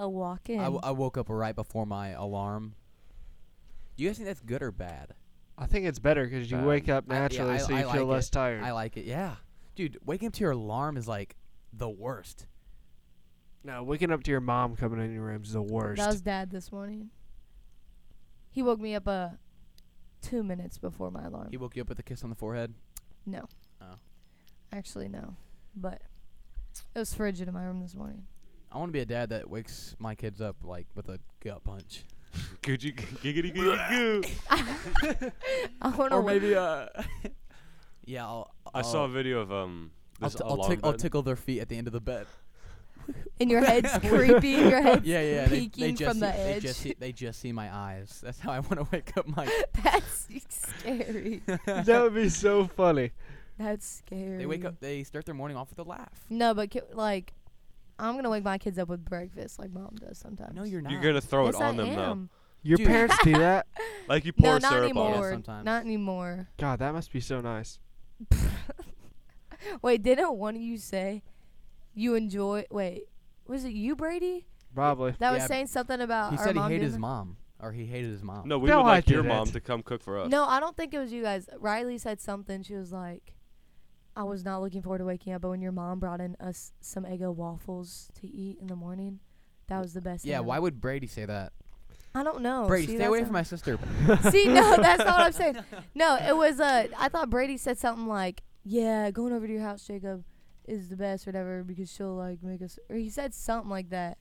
S3: uh, walk in.
S2: I, w- I woke up right before my alarm. Do you guys think that's good or bad?
S4: I think it's better because you
S5: Bad.
S4: wake up
S2: Uh, I- yeah,
S4: naturally,
S2: I-
S4: so you
S2: I
S4: feel
S2: like
S4: less
S2: it.
S4: tired.
S2: I like it. Yeah, dude, waking up to your alarm is like the worst.
S4: No, waking up to your mom coming in your room is the worst.
S3: That was dad this morning. He woke me up uh, two minutes before my alarm.
S2: He woke you up with a kiss on the forehead.
S3: no.
S2: Oh.
S3: Actually, no. But it was frigid in my room this morning.
S2: I want to be a dad that wakes my kids up like with a gut punch,
S5: Gucci giggity giggity goo.
S3: I want to.
S2: or maybe uh, [LAUGHS] yeah. I'll,
S5: I saw
S4: Oh.
S5: a video of um.
S2: I'll,
S5: This
S2: t- I'll,
S5: alarm
S2: tick- I'll
S5: button.
S2: tickle their feet at the end of the [LAUGHS] bed. [LAUGHS]
S3: and your head's creepy. And your head's
S2: Yeah, yeah. They,
S3: peeking
S2: they just
S3: from the
S2: see,
S3: edge.
S2: They just, see, they just see my eyes. [LAUGHS] That's how I want to wake up my.
S3: [LAUGHS] That's scary.
S4: [LAUGHS]
S2: [LAUGHS]
S4: that would be so funny.
S3: That's scary.
S2: they wake up. They start their morning off with a
S3: [LAUGHS]
S2: laugh.
S3: No, but ki- like, I'm gonna wake my kids up with breakfast, like mom does sometimes.
S2: No, you're not.
S5: You're gonna throw
S3: yes,
S5: it on
S3: I
S5: them
S3: am.
S4: Your
S2: Dude.
S4: parents
S2: [LAUGHS]
S4: do that?
S5: though. Like you
S3: No,
S5: pour
S3: not
S5: syrup on
S3: anymore.
S5: them.
S2: sometimes.
S3: Not anymore.
S4: God, that must be so nice.
S3: Wait, didn't one of you say you enjoy? Wait, was it you, Brady?
S4: Probably.
S3: That was
S2: Yeah,
S3: saying something about
S2: He
S3: Uh, our
S2: said he
S3: mom
S2: hated
S3: doing
S2: his mom, or he hated his mom.
S5: No, we
S4: No,
S5: would
S4: I
S5: like your
S4: didn't.
S5: mom to come cook for
S3: that.
S5: us.
S3: No, I don't think it was you guys. Riley said something. She was like, "I was not looking forward to waking up, but when your mom brought in us some Eggo waffles to eat in the morning, that was the best." thing
S2: Yeah,
S3: ever."
S2: why would Brady say that?
S3: I don't know.
S2: Brady,
S3: Oh, See,
S2: stay
S3: that's
S2: away
S3: a-
S2: from my sister. [LAUGHS]
S3: See, no, that's not what I'm saying. No, it was. Uh, I thought Brady said something like, "Yeah, going over to your house, Jacob, is the best, or whatever, because she'll like make us." Or he said something like that,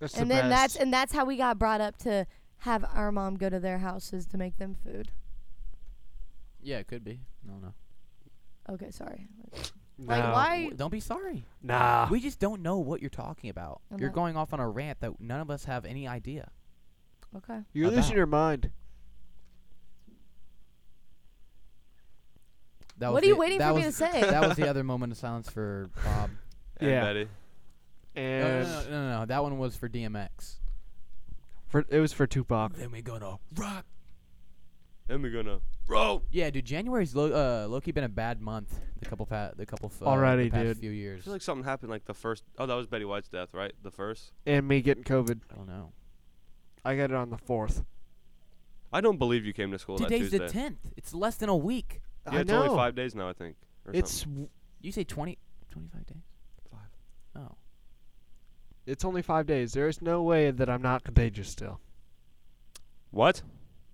S4: That's
S3: and
S4: the
S3: then
S4: best.
S3: that's and that's how we got brought up to have our mom go to their houses to make them food.
S2: yeah, it could be. No, no.
S3: Okay, sorry.
S4: nah.
S3: Like, why?
S2: Don't be sorry.
S4: Nah.
S2: We just don't know what you're talking about.
S3: I'm
S2: You're
S3: not-
S2: going off on a rant that none of us have any idea.
S3: Okay.
S4: You're
S2: about.
S4: losing your mind.
S2: That
S3: What
S2: was
S3: are you
S2: the-
S3: waiting
S2: that
S3: for me
S2: was,
S3: to
S2: [LAUGHS]
S3: say?
S2: That was the other moment of silence for
S5: [LAUGHS]
S2: Bob.
S5: And
S4: Yeah.
S5: Betty.
S2: no, no,
S4: And
S2: no, no, no, no, that one was for DMX.
S4: For, it was for Tupac.
S2: Then we gonna rock.
S5: Then we're gonna roll.
S2: Yeah, dude. January's low, uh, low key been a bad month. The couple pa- the couple f- uh,
S4: Already,
S2: the past
S4: dude.
S2: few
S5: I
S2: years.
S5: feel like something happened like the first. Oh, that was Betty White's death, right? The first.
S4: And me getting COVID.
S2: I don't know.
S4: I got it on the 4th.
S5: I don't believe you came to school
S2: Today's
S5: that
S2: the
S5: Tuesday.
S2: tenth. It's less than a week.
S5: Yeah,
S4: I
S5: it's
S4: know.
S5: only five days now, I think. or
S4: it's,
S5: something.
S4: w-
S2: You say 20, 25 days?
S5: Five.
S2: Oh.
S4: it's only five days. There is no way that I'm not contagious still.
S5: what?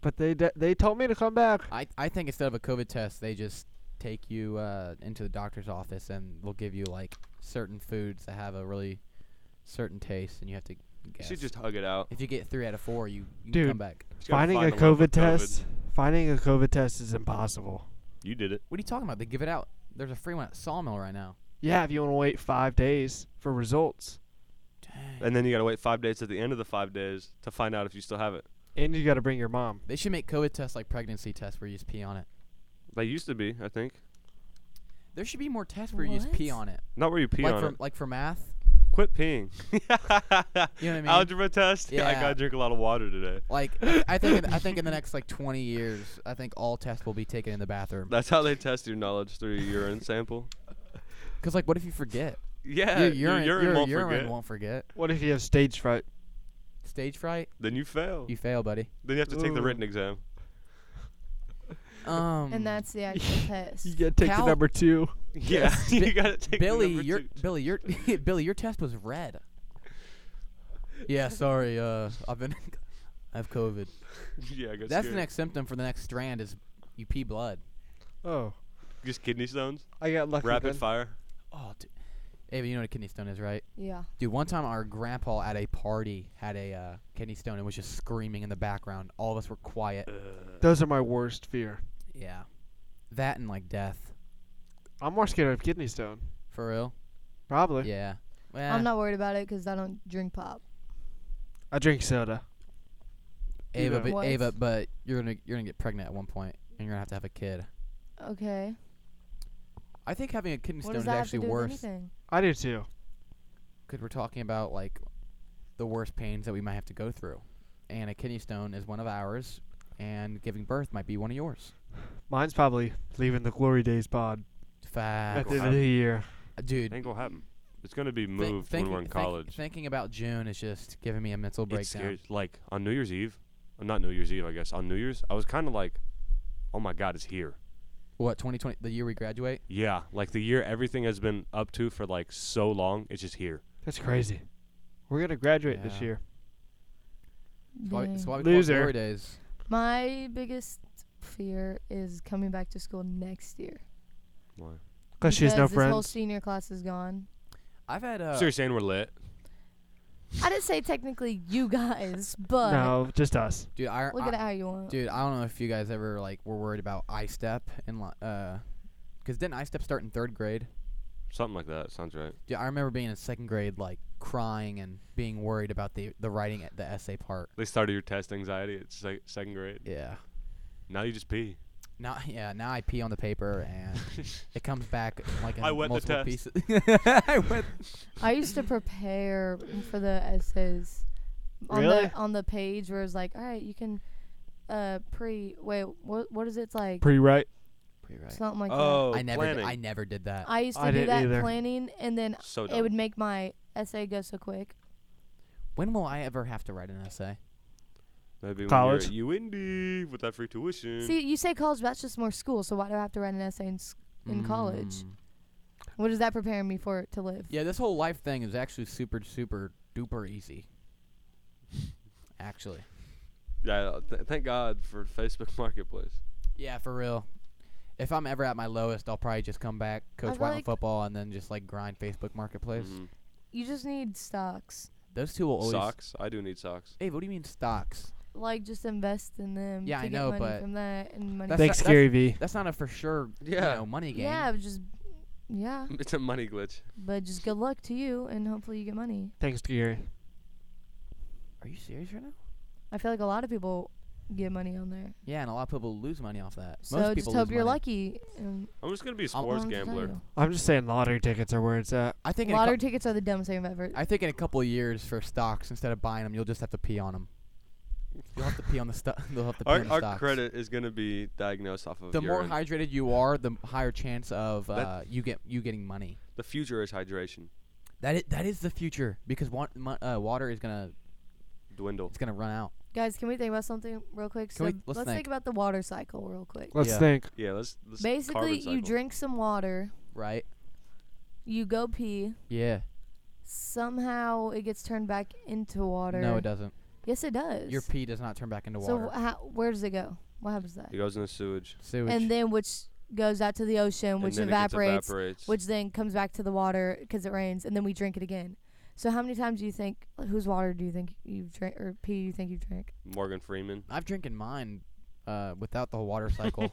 S4: But they de- they told me to come back.
S2: I, I think instead of a COVID test, they just take you uh, into the doctor's office and they'll give you like certain foods that have a really certain taste, and you have to
S5: You
S2: guess.
S5: should just hug it out.
S2: if you get three out of four, you, you
S4: Dude.
S2: come back.
S5: Just gotta
S4: Finding
S5: find
S4: a
S5: the love of
S4: COVID test, finding a COVID test is impossible.
S5: You did it.
S2: What are you talking about? They give it out. There's a free one at Sawmill right now.
S4: Yeah, if you want to wait five days for results,
S5: And then you gotta wait five days at the end of the five days to find out if you still have it.
S4: and you got to bring your mom.
S2: They should make COVID tests like pregnancy tests where you just pee on it.
S5: They used to be, I think.
S2: There should be more tests where you just pee
S3: What?
S2: on it.
S5: Not where you pee
S2: like
S5: on
S2: for
S5: it.
S2: like for math.
S5: Quit peeing. [LAUGHS]
S2: You know what I mean?
S5: Algebra test. [LAUGHS] I
S2: Yeah.
S5: gotta drink a lot of water today.
S2: Like I- I think in, I think in the next like 20 years, I think all tests will be taken in the bathroom.
S5: That's how they test your knowledge through your
S2: [LAUGHS]
S5: urine sample.
S2: Cause like what if you forget?
S5: Yeah,
S2: your urine,
S5: your urine
S2: your
S5: won't
S2: urine
S5: forget.
S2: won't forget.
S4: What if you have stage fright?
S2: Stage fright.
S5: Then you fail.
S2: You fail, buddy.
S5: then you have to take the
S4: Ooh.
S5: written exam.
S2: [LAUGHS] Um,
S3: And that's the
S2: [LAUGHS]
S3: actual test.
S4: You got to take
S2: Cal-
S4: the number two.
S5: Yeah,
S2: Bi-
S5: [LAUGHS] you gotta take the
S2: Billy,
S5: number
S2: your
S5: two.
S2: Billy, your [LAUGHS] Billy, your test was red. Yeah, sorry. Uh, I've been, [LAUGHS] I have COVID.
S5: [LAUGHS] yeah, I got
S2: That's
S5: scared.
S2: the next symptom for the next strand is you pee blood.
S4: Oh,
S5: Just
S2: [LAUGHS]
S5: kidney stones.
S4: I got lucky.
S5: Rapid
S4: then.
S5: fire.
S2: Oh, dude. Ava, you know what a kidney stone is, right?
S3: Yeah.
S2: Dude, one time our grandpa at a party had a uh, kidney stone and was just screaming in the background. All of us were quiet.
S4: Those are my worst fear.
S2: Yeah, that and like death.
S4: I'm more scared of kidney stone.
S2: For real?
S4: Probably.
S2: Yeah.
S3: I'm
S2: Eh,
S3: not worried about it because I don't drink pop.
S4: I drink soda. you
S2: Ava,
S4: know.
S2: but
S3: What?
S2: Ava, but you're gonna you're gonna get pregnant at one point, and you're gonna have to have a kid.
S3: Okay.
S2: I think having a kidney
S3: What
S2: stone
S3: does
S2: is
S3: that have to
S2: actually
S3: do with
S2: worse
S3: anything?
S4: I do too.
S2: because we're talking about like the worst pains that we might have to go through, and a kidney stone is one of ours, and giving birth might be one of yours.
S4: Mine's probably leaving the glory days pod at
S2: Facts,
S4: the end of the year.
S2: Uh, dude.
S5: Ain't gonna happen. It's gonna be
S2: thi-
S5: moved
S2: thinking,
S5: when we're in
S2: think-
S5: college.
S2: thinking about June is just giving me a mental
S5: it
S2: breakdown.
S5: scares. Like on New Year's Eve, uh, not New Year's Eve, I guess. On New Year's, I was kind of like, "Oh my God, it's here."
S2: What 2020? The year we graduate?
S5: Yeah, like the year everything has been up to for like so long, it's just here.
S4: That's crazy. We're gonna graduate this
S2: Yeah.
S4: year.
S2: That's why- that's
S3: Dang.
S2: why we call it
S4: Loser.
S2: glory days.
S3: My biggest fear is coming back to school next year.
S5: Why?
S4: Cause she has no
S3: because This whole
S4: friends.
S3: senior class is gone.
S2: I've had uh,
S5: so you're saying we're lit?
S3: I didn't say technically you
S4: [LAUGHS]
S3: guys, but
S4: No, just us.
S2: dude. I,
S3: look
S2: I,
S3: at it how you want.
S2: dude, I don't know if you guys ever like were worried about iStep and li- uh, because didn't iStep start in third grade?
S5: Something like that. Sounds right.
S2: Dude, I remember being in second grade, like crying and being worried about the the writing at the essay part.
S5: They started your test anxiety at sec- second grade.
S2: Yeah.
S5: Now you just pee.
S2: Now, [LAUGHS] yeah. Now I pee on the paper [LAUGHS] and it comes back like in
S5: I wet the
S2: multiple
S5: test.
S2: pieces. [LAUGHS] I wet.
S3: I used to prepare for the essays on
S4: Really?
S3: the on the page where it's like, all right, you can uh pre wait what what is it It's like
S4: Pretty right.
S2: [LAUGHS] Pretty right.
S3: something like
S5: oh,
S2: I never. Did,
S5: planning.
S2: I never did that.
S3: that. I used to
S4: I
S3: do
S4: didn't
S3: that
S4: either.
S3: planning, and then
S5: so
S3: it
S5: dumb.
S3: would make my essay go so quick.
S2: when will I ever have to write an essay?
S5: Maybe
S4: College.
S5: When you're at UND with that free tuition.
S3: See, you say college, but that's just more school. So why do I have to write an essay in, s- in college?
S2: Mm.
S3: What is that preparing me for to live?
S2: Yeah, this whole life thing is actually super super duper easy. [LAUGHS] actually.
S5: yeah. Th- thank God for Facebook [LAUGHS] Marketplace.
S2: Yeah, for real. If I'm ever at my lowest, I'll probably just come back, coach
S3: I'd
S2: Whiteland
S3: like-
S2: football, and then just like grind Facebook Marketplace.
S5: Mhm.
S3: You just need stocks.
S2: Those two will always.
S5: Socks. I do need socks. [LAUGHS]
S2: Hey, what do you mean stocks?
S3: Like just invest in them.
S2: Yeah,
S3: to
S2: I
S3: get
S2: know,
S3: money
S2: but
S3: from that and money.
S2: That's
S3: from-
S4: Thanks,
S2: not-
S4: Gary V.
S2: That's not a for sure,
S5: Yeah.
S2: you know, money game. Mm.
S3: yeah, but just yeah,
S5: It's a money glitch.
S3: but just good luck to you, and hopefully you get money.
S4: Thanks, Gary.
S2: Are you serious right now?
S3: I feel like a lot of people get money on there.
S2: Yeah, and a lot of people lose money off that.
S3: So
S2: Most
S3: just
S2: people
S3: hope
S2: lose
S3: you're
S2: money.
S3: lucky. And
S5: I'm just gonna be a
S2: I'll-
S5: sports
S3: I'll tell
S5: gambler.
S3: you.
S4: I'm just saying lottery tickets are where it's at.
S2: I think. In a
S3: Lottery
S2: cou-
S3: tickets are the dumbest thing I've ever.
S2: I think in a couple of years for stocks, instead of buying them, you'll just have to pee on them. You'll have to pee on the stuff. [LAUGHS] You'll have to pee
S5: Our,
S2: on the
S5: our
S2: stocks.
S5: credit is gonna be diagnosed off of
S2: The more
S5: urine.
S2: hydrated you are, the higher chance of
S5: That-
S2: uh, you get you getting money.
S5: the future is hydration.
S2: That is, that is the future because wa- mo- uh, water is gonna
S5: Dwindle.
S2: it's gonna run out.
S3: Guys, can we think about something real quick?
S2: Can we- let's
S3: let's
S2: think.
S3: think about the water cycle real quick.
S4: Let's
S2: Yeah.
S4: [LAUGHS] think.
S5: Yeah. Let's. let's carbon
S3: Basically, you
S5: cycle.
S3: drink some water,
S2: Right?
S3: you go pee,
S2: Yeah.
S3: somehow it gets turned back into water.
S2: No, it doesn't.
S3: Yes, it does.
S2: Your pee does not turn back into
S3: so
S2: water.
S3: wh- how, where does it go? What happens to that?
S5: It goes in the sewage.
S2: Sewage.
S3: And then which goes out to the ocean, which
S5: and then It
S3: evaporates,
S5: gets evaporates.
S3: which then comes back to the water because it rains, and then we drink it again. So how many times do you think like, whose water do you think you drink or pee you think you drink?
S5: Morgan Freeman.
S2: I've drinking mine uh, without the whole water
S5: [LAUGHS]
S2: cycle.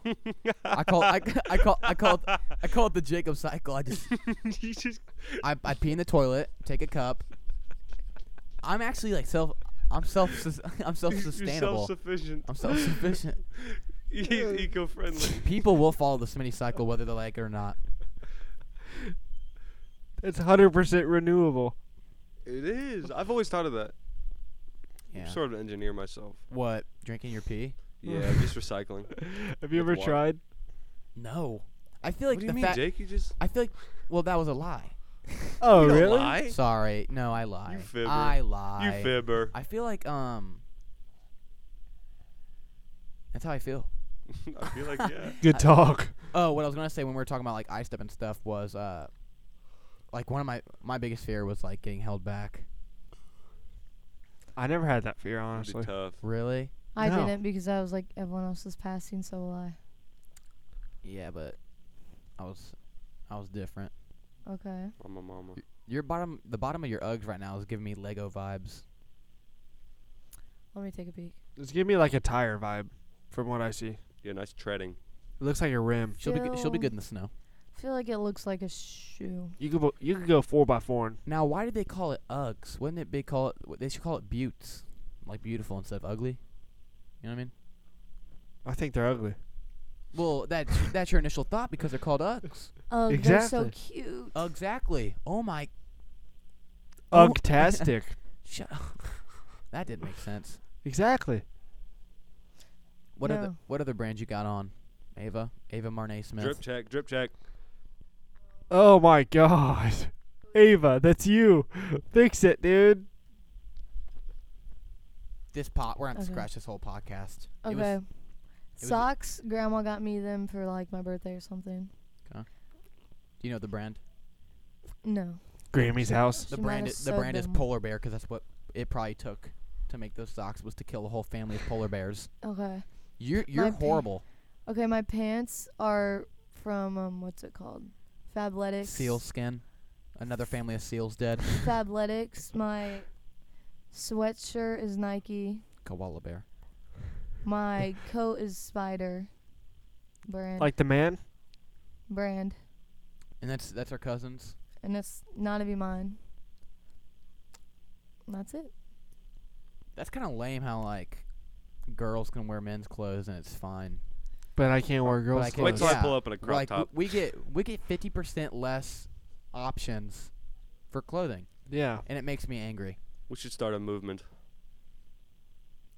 S2: I call I, c- I call I call it, I call it the Jacob cycle. I just
S5: you just
S2: I, I pee in the toilet, take a cup. I'm actually like self I'm self sus- [LAUGHS] I'm
S5: [LAUGHS]
S2: self sustainable. [LAUGHS]
S5: sufficient.
S2: I'm self sufficient.
S5: He's eco friendly.
S2: People will follow the Smitty cycle whether they like it or not.
S4: It's 100% renewable.
S5: It is. I've always thought of that.
S2: Yeah.
S5: I'm sort of an engineer myself.
S2: What? Drinking your pee?
S5: Yeah, I'm just recycling.
S4: Have you
S5: With
S4: ever
S5: water.
S4: tried?
S2: No. I feel like
S5: what do you
S2: the
S5: mean,
S2: fact
S5: Jake? You just
S2: I feel like well that was a lie.
S4: Oh,
S5: you don't
S4: really?
S5: lie?
S2: Sorry. No, I lie.
S5: You fibber.
S2: I lie.
S5: You fibber.
S2: I feel like um That's how I feel.
S5: [LAUGHS] I feel like yeah.
S4: Good talk.
S2: Oh, what I was gonna say when we were talking about like ice step and stuff was uh like one of my my biggest fear was like getting held back.
S4: I never had that fear,
S5: That'd be
S4: honestly.
S5: tough.
S2: Really?
S3: I
S4: No.
S3: didn't because I was like everyone else was passing, so will I.
S2: Yeah, but I was I was different.
S3: Okay.
S5: I'm a mama.
S2: Your bottom the bottom of your Uggs right now is giving me Lego vibes.
S3: Let me take a peek.
S4: It's giving me like a tire vibe from what I see. It
S5: Yeah, nice treading.
S4: looks like a rim.
S2: She'll be good she'll be
S3: Ew.
S2: good in the snow.
S3: I feel like it looks like a shoe.
S4: You could bo- you could go four by four. and-
S2: Now, why did they call it Uggs? Wouldn't it be call it? w- They should call it Buttes, like beautiful instead of ugly. You know what I mean?
S4: I think they're ugly.
S2: Well, that's that's your initial thought because they're called Uggs.
S3: Oh,
S4: Exactly.
S3: they're so cute.
S2: Exactly. Oh my. Oh.
S4: Ugtastic. [LAUGHS]
S2: Shut up. [LAUGHS] That didn't make sense.
S4: exactly.
S2: What other
S3: No.
S2: what other brands you got on? Ava, Ava Marnay Smith.
S5: Drip check, drip check.
S4: Oh my god. Ava, that's you. Fix it, dude.
S2: This pot. We're gonna have to
S3: Okay.
S2: scratch this whole podcast. It was-
S3: Okay.
S2: was-
S3: Socks. Grandma got me them for like my birthday or something.
S2: do you know the brand?
S3: No.
S4: Grammy's house.
S2: The
S3: She might
S2: brand,
S3: have
S2: i- the brand
S3: sewed
S2: is
S3: them.
S2: polar bear because that's what it probably took to make those socks was to kill the whole family of polar bears.
S3: Okay.
S2: You're you're
S3: pa-
S2: horrible.
S3: Okay, my pants are from um, what's it called? Fabletics.
S2: Seal
S4: [LAUGHS]
S2: skin. Another family of seals dead.
S3: [LAUGHS] Fabletics. My sweatshirt is Nike.
S2: Koala bear.
S3: My coat is Spider. Brand.
S4: Like the man?
S3: brand.
S2: And that's that's our cousins.
S3: And it's not to be mine. And That's it.
S2: That's kind of lame how like girls can wear men's clothes and it's fine.
S4: But I can't wear girls'
S2: I can't-
S5: Wait
S4: clothes.
S5: till
S2: Yeah.
S5: I pull up in a crop
S2: like w-
S5: top.
S2: we get we get 50% less options for clothing
S4: Yeah.
S2: and it makes me angry.
S5: We should start a movement.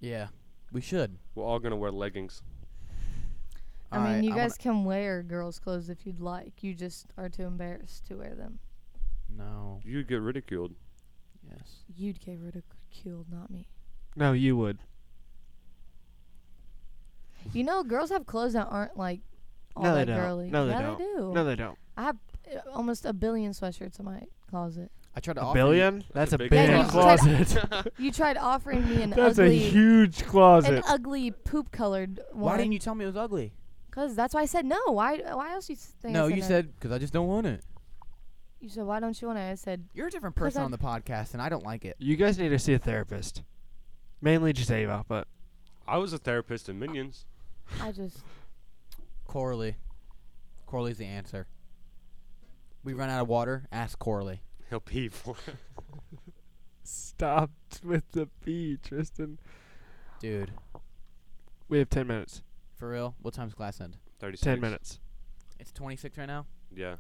S2: Yeah. We should.
S5: We're all gonna wear leggings.
S3: I
S2: All
S3: mean,
S2: right,
S3: you
S2: wanna-
S3: guys can wear girls' clothes if you'd like. You just are too embarrassed to wear them.
S2: No.
S5: You'd get ridiculed.
S2: Yes.
S3: You'd get ridiculed, not me.
S4: No, you would.
S3: You know, girls have clothes that aren't like all
S4: No, they
S3: that
S4: don't.
S3: girly.
S4: No, they
S3: yeah,
S4: don't.
S3: They do.
S4: No, they don't.
S3: I have uh, almost a billion sweatshirts in my closet.
S2: I tried to
S4: A
S2: offer
S4: billion? That's,
S5: a
S4: a
S5: big
S4: big,
S3: closet.
S4: closet.
S3: You tried offering me [LAUGHS]
S2: [LAUGHS]
S3: an
S4: That's a
S3: ugly,
S4: huge
S3: an
S4: closet.
S3: ugly poop-colored
S2: You,
S3: one.
S2: why didn't you tell me it was ugly?
S3: Cause that's why I said no. Why? Why else you s- think? I
S2: No, you
S3: no?
S2: said cuz I just don't want it.
S3: You said why don't you want it? I said
S2: You're a different
S3: 'Cause
S2: person
S3: I-
S2: on the podcast and I don't like it.
S4: You guys need to see a therapist. Mainly just Ava, but
S5: I was a therapist in Minions.
S3: I just.
S2: Coralie. Coralie's the answer. We run out of water, ask Coralie.
S5: He'll pee for [LAUGHS] it.
S4: stop with the pee, Tristan.
S2: Dude,
S4: We have ten minutes.
S2: for real? What time's class end?
S5: Thirty-six.
S4: Ten minutes.
S2: It's 26 right now.
S5: Yeah.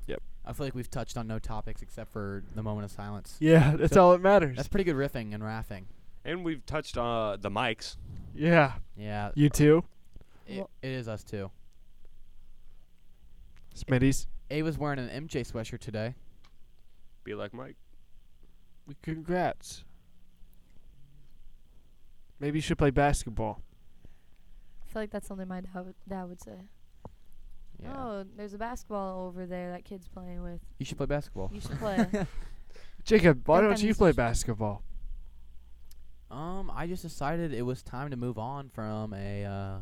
S2: I feel like we've touched on no topics except for the moment of silence.
S4: Yeah, that's all that matters.
S2: That's pretty good riffing and raffing.
S5: And we've touched uh the mics.
S4: yeah,
S2: Yeah,
S4: you too,
S2: it,
S3: Well-
S2: it is us too.
S4: Smitty's.
S2: Ava's wearing an MJ sweatshirt today.
S5: Be like Mike.
S4: Congrats. Maybe you should play basketball.
S3: I feel like that's something my dad would, dad would say. Oh, there's a basketball over there that kid's playing with.
S2: You should play basketball.
S3: You should play.
S2: [LAUGHS]
S3: [LAUGHS]
S4: Jacob, why
S3: Think
S4: don't
S3: that
S4: you
S3: means
S4: play
S3: you should-
S4: basketball?
S2: Um, I just decided it was time to move on from a uh,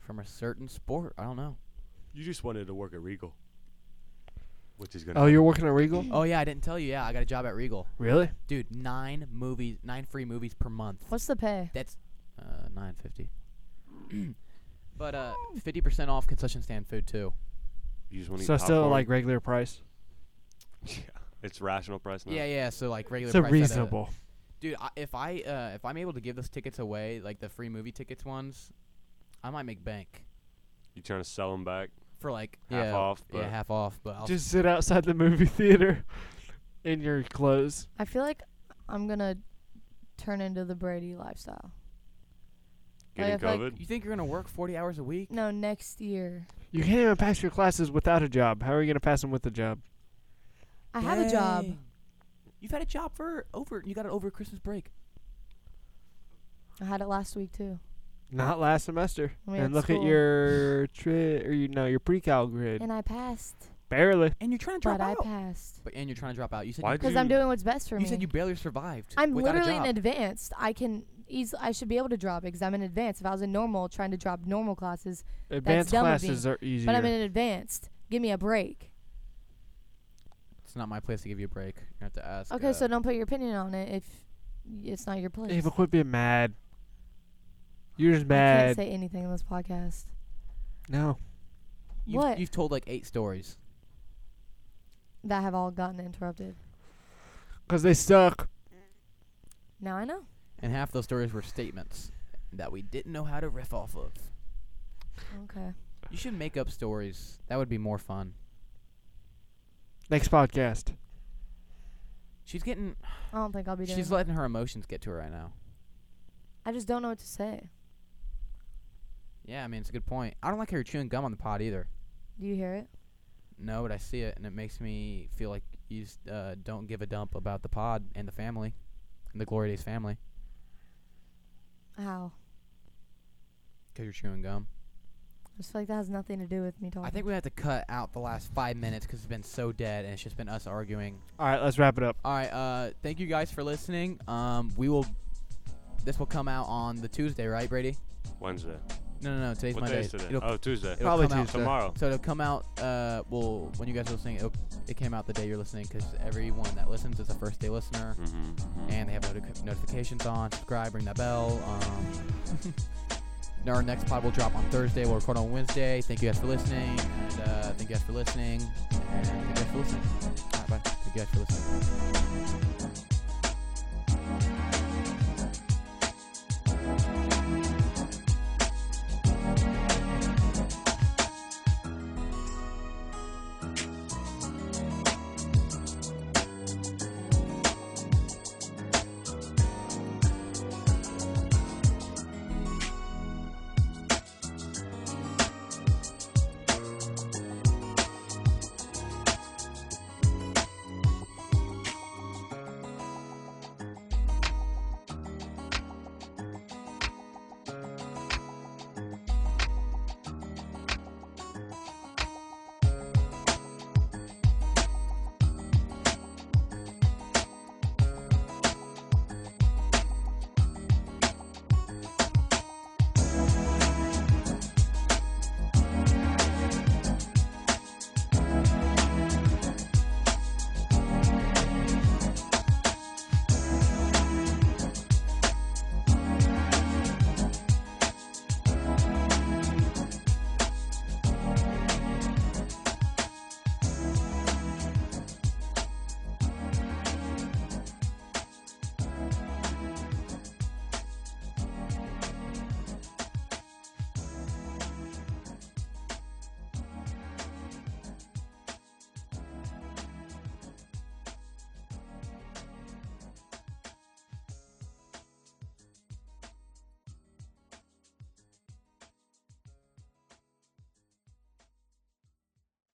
S2: from a certain sport. I don't know.
S5: You just wanted to work at Regal. Which is gonna.
S4: Oh, you're working at Regal?
S2: Oh yeah, I didn't tell you. Yeah, I got a job at Regal.
S4: Really?
S2: Dude, nine movies, nine free movies per month.
S3: What's the pay?
S2: That's uh, nine
S3: [CLEARS THROAT]
S2: fifty. but uh, fifty percent off concession stand food too.
S5: You just want to
S4: So still like regular price.
S5: It's rational price now.
S2: Yeah, yeah. So like regular.
S4: so
S2: price at uh, a-
S4: reasonable.
S2: Dude, I, if I uh, if I'm able to give those tickets away, like the free movie tickets ones, I might make bank
S5: You trying to sell them back?
S3: Oh,
S2: for like
S5: Half
S2: yeah,
S5: off,
S2: yeah,
S5: but-
S2: half off. But I'll
S4: Just sit outside the movie [LAUGHS] theater in your clothes.
S3: I feel like I'm gonna turn into the Brady lifestyle.
S5: Getting
S3: if I-
S5: COVID.
S2: you think you're gonna work forty hours a week?
S3: No, next year.
S4: You can't even pass your classes without a job. How are you going to pass them with a job?
S3: I have a job.
S2: Dang. You've had a job for over. You got it over Christmas break.
S3: I had it last week too.
S4: Not last semester.
S3: I mean,
S4: and
S3: it's
S4: look at
S3: cool.
S4: your tri- or you know your pre-cal grid.
S3: And I passed.
S4: Barely.
S2: And you're trying to drop
S3: But I
S2: out.
S3: passed.
S2: But and you're trying to drop out. You said
S5: Why'd
S2: you,
S3: Because I'm
S5: You-
S3: doing what's best for
S2: you
S3: me.
S2: said you barely survived.
S3: I'm
S2: without
S3: literally
S2: a
S3: in
S2: job.
S3: advanced. I can easily. I should be able to drop because I'm in advanced. If I was in normal, trying to drop normal classes,
S4: Advanced
S3: dumb of me,
S4: classes are easier.
S3: but I'm in advanced. Give me a break.
S2: It's not my place to give you a break. You have to ask.
S3: Okay,
S2: uh,
S3: so don't put your opinion on it if it's not your place.
S4: Hey, but quit being mad. You're just
S3: I can't
S4: mad.
S3: say anything in this podcast.
S4: no.
S2: you've,
S3: what?
S2: you've told like eight stories.
S3: That have all gotten interrupted.
S4: Because they suck.
S3: Now I know.
S2: And half those stories were statements that we didn't know how to riff off of.
S3: Okay.
S2: You should make up stories. That would be more fun.
S4: Next podcast.
S2: She's getting.
S3: I don't think I'll be doing.
S2: She's
S3: that.
S2: letting her emotions get to her right now.
S3: I just don't know what to say.
S2: Yeah, I mean it's a good point. I don't like her chewing gum on the pod either.
S3: Do you hear it?
S2: No, but I see it, and it makes me feel like you s- uh, don't give a dump about the pod and the family, and the Glory Days family,
S3: How?
S2: because you're chewing gum.
S3: just feel like that has nothing to do with me talking.
S2: I think we have to cut out the last five minutes because it's been so dead and it's just been us arguing.
S4: All right, let's wrap it up.
S2: All right. Uh, thank you guys for listening. Um, we will. This will come out on the Tuesday, right, Brady?
S5: Wednesday.
S2: No, no, no. Today's
S5: What
S2: Monday.
S5: day is today?
S2: It'll,
S5: oh, Tuesday.
S2: it'll
S4: Probably
S2: come out-
S4: Tuesday.
S5: Tomorrow.
S2: So it'll come out. Uh, well, when you guys are listening, it'll, it came out the day you're listening because everyone that listens is a first day listener,
S5: Mm-hmm.
S2: and they have notic- notifications on. Subscribe, ring that bell. Um, now our next pod will drop on Thursday. We'll record on Wednesday. Thank you guys for listening. And, uh, thank you guys for listening. And thank you guys for listening. All right, bye. Thank you guys for listening.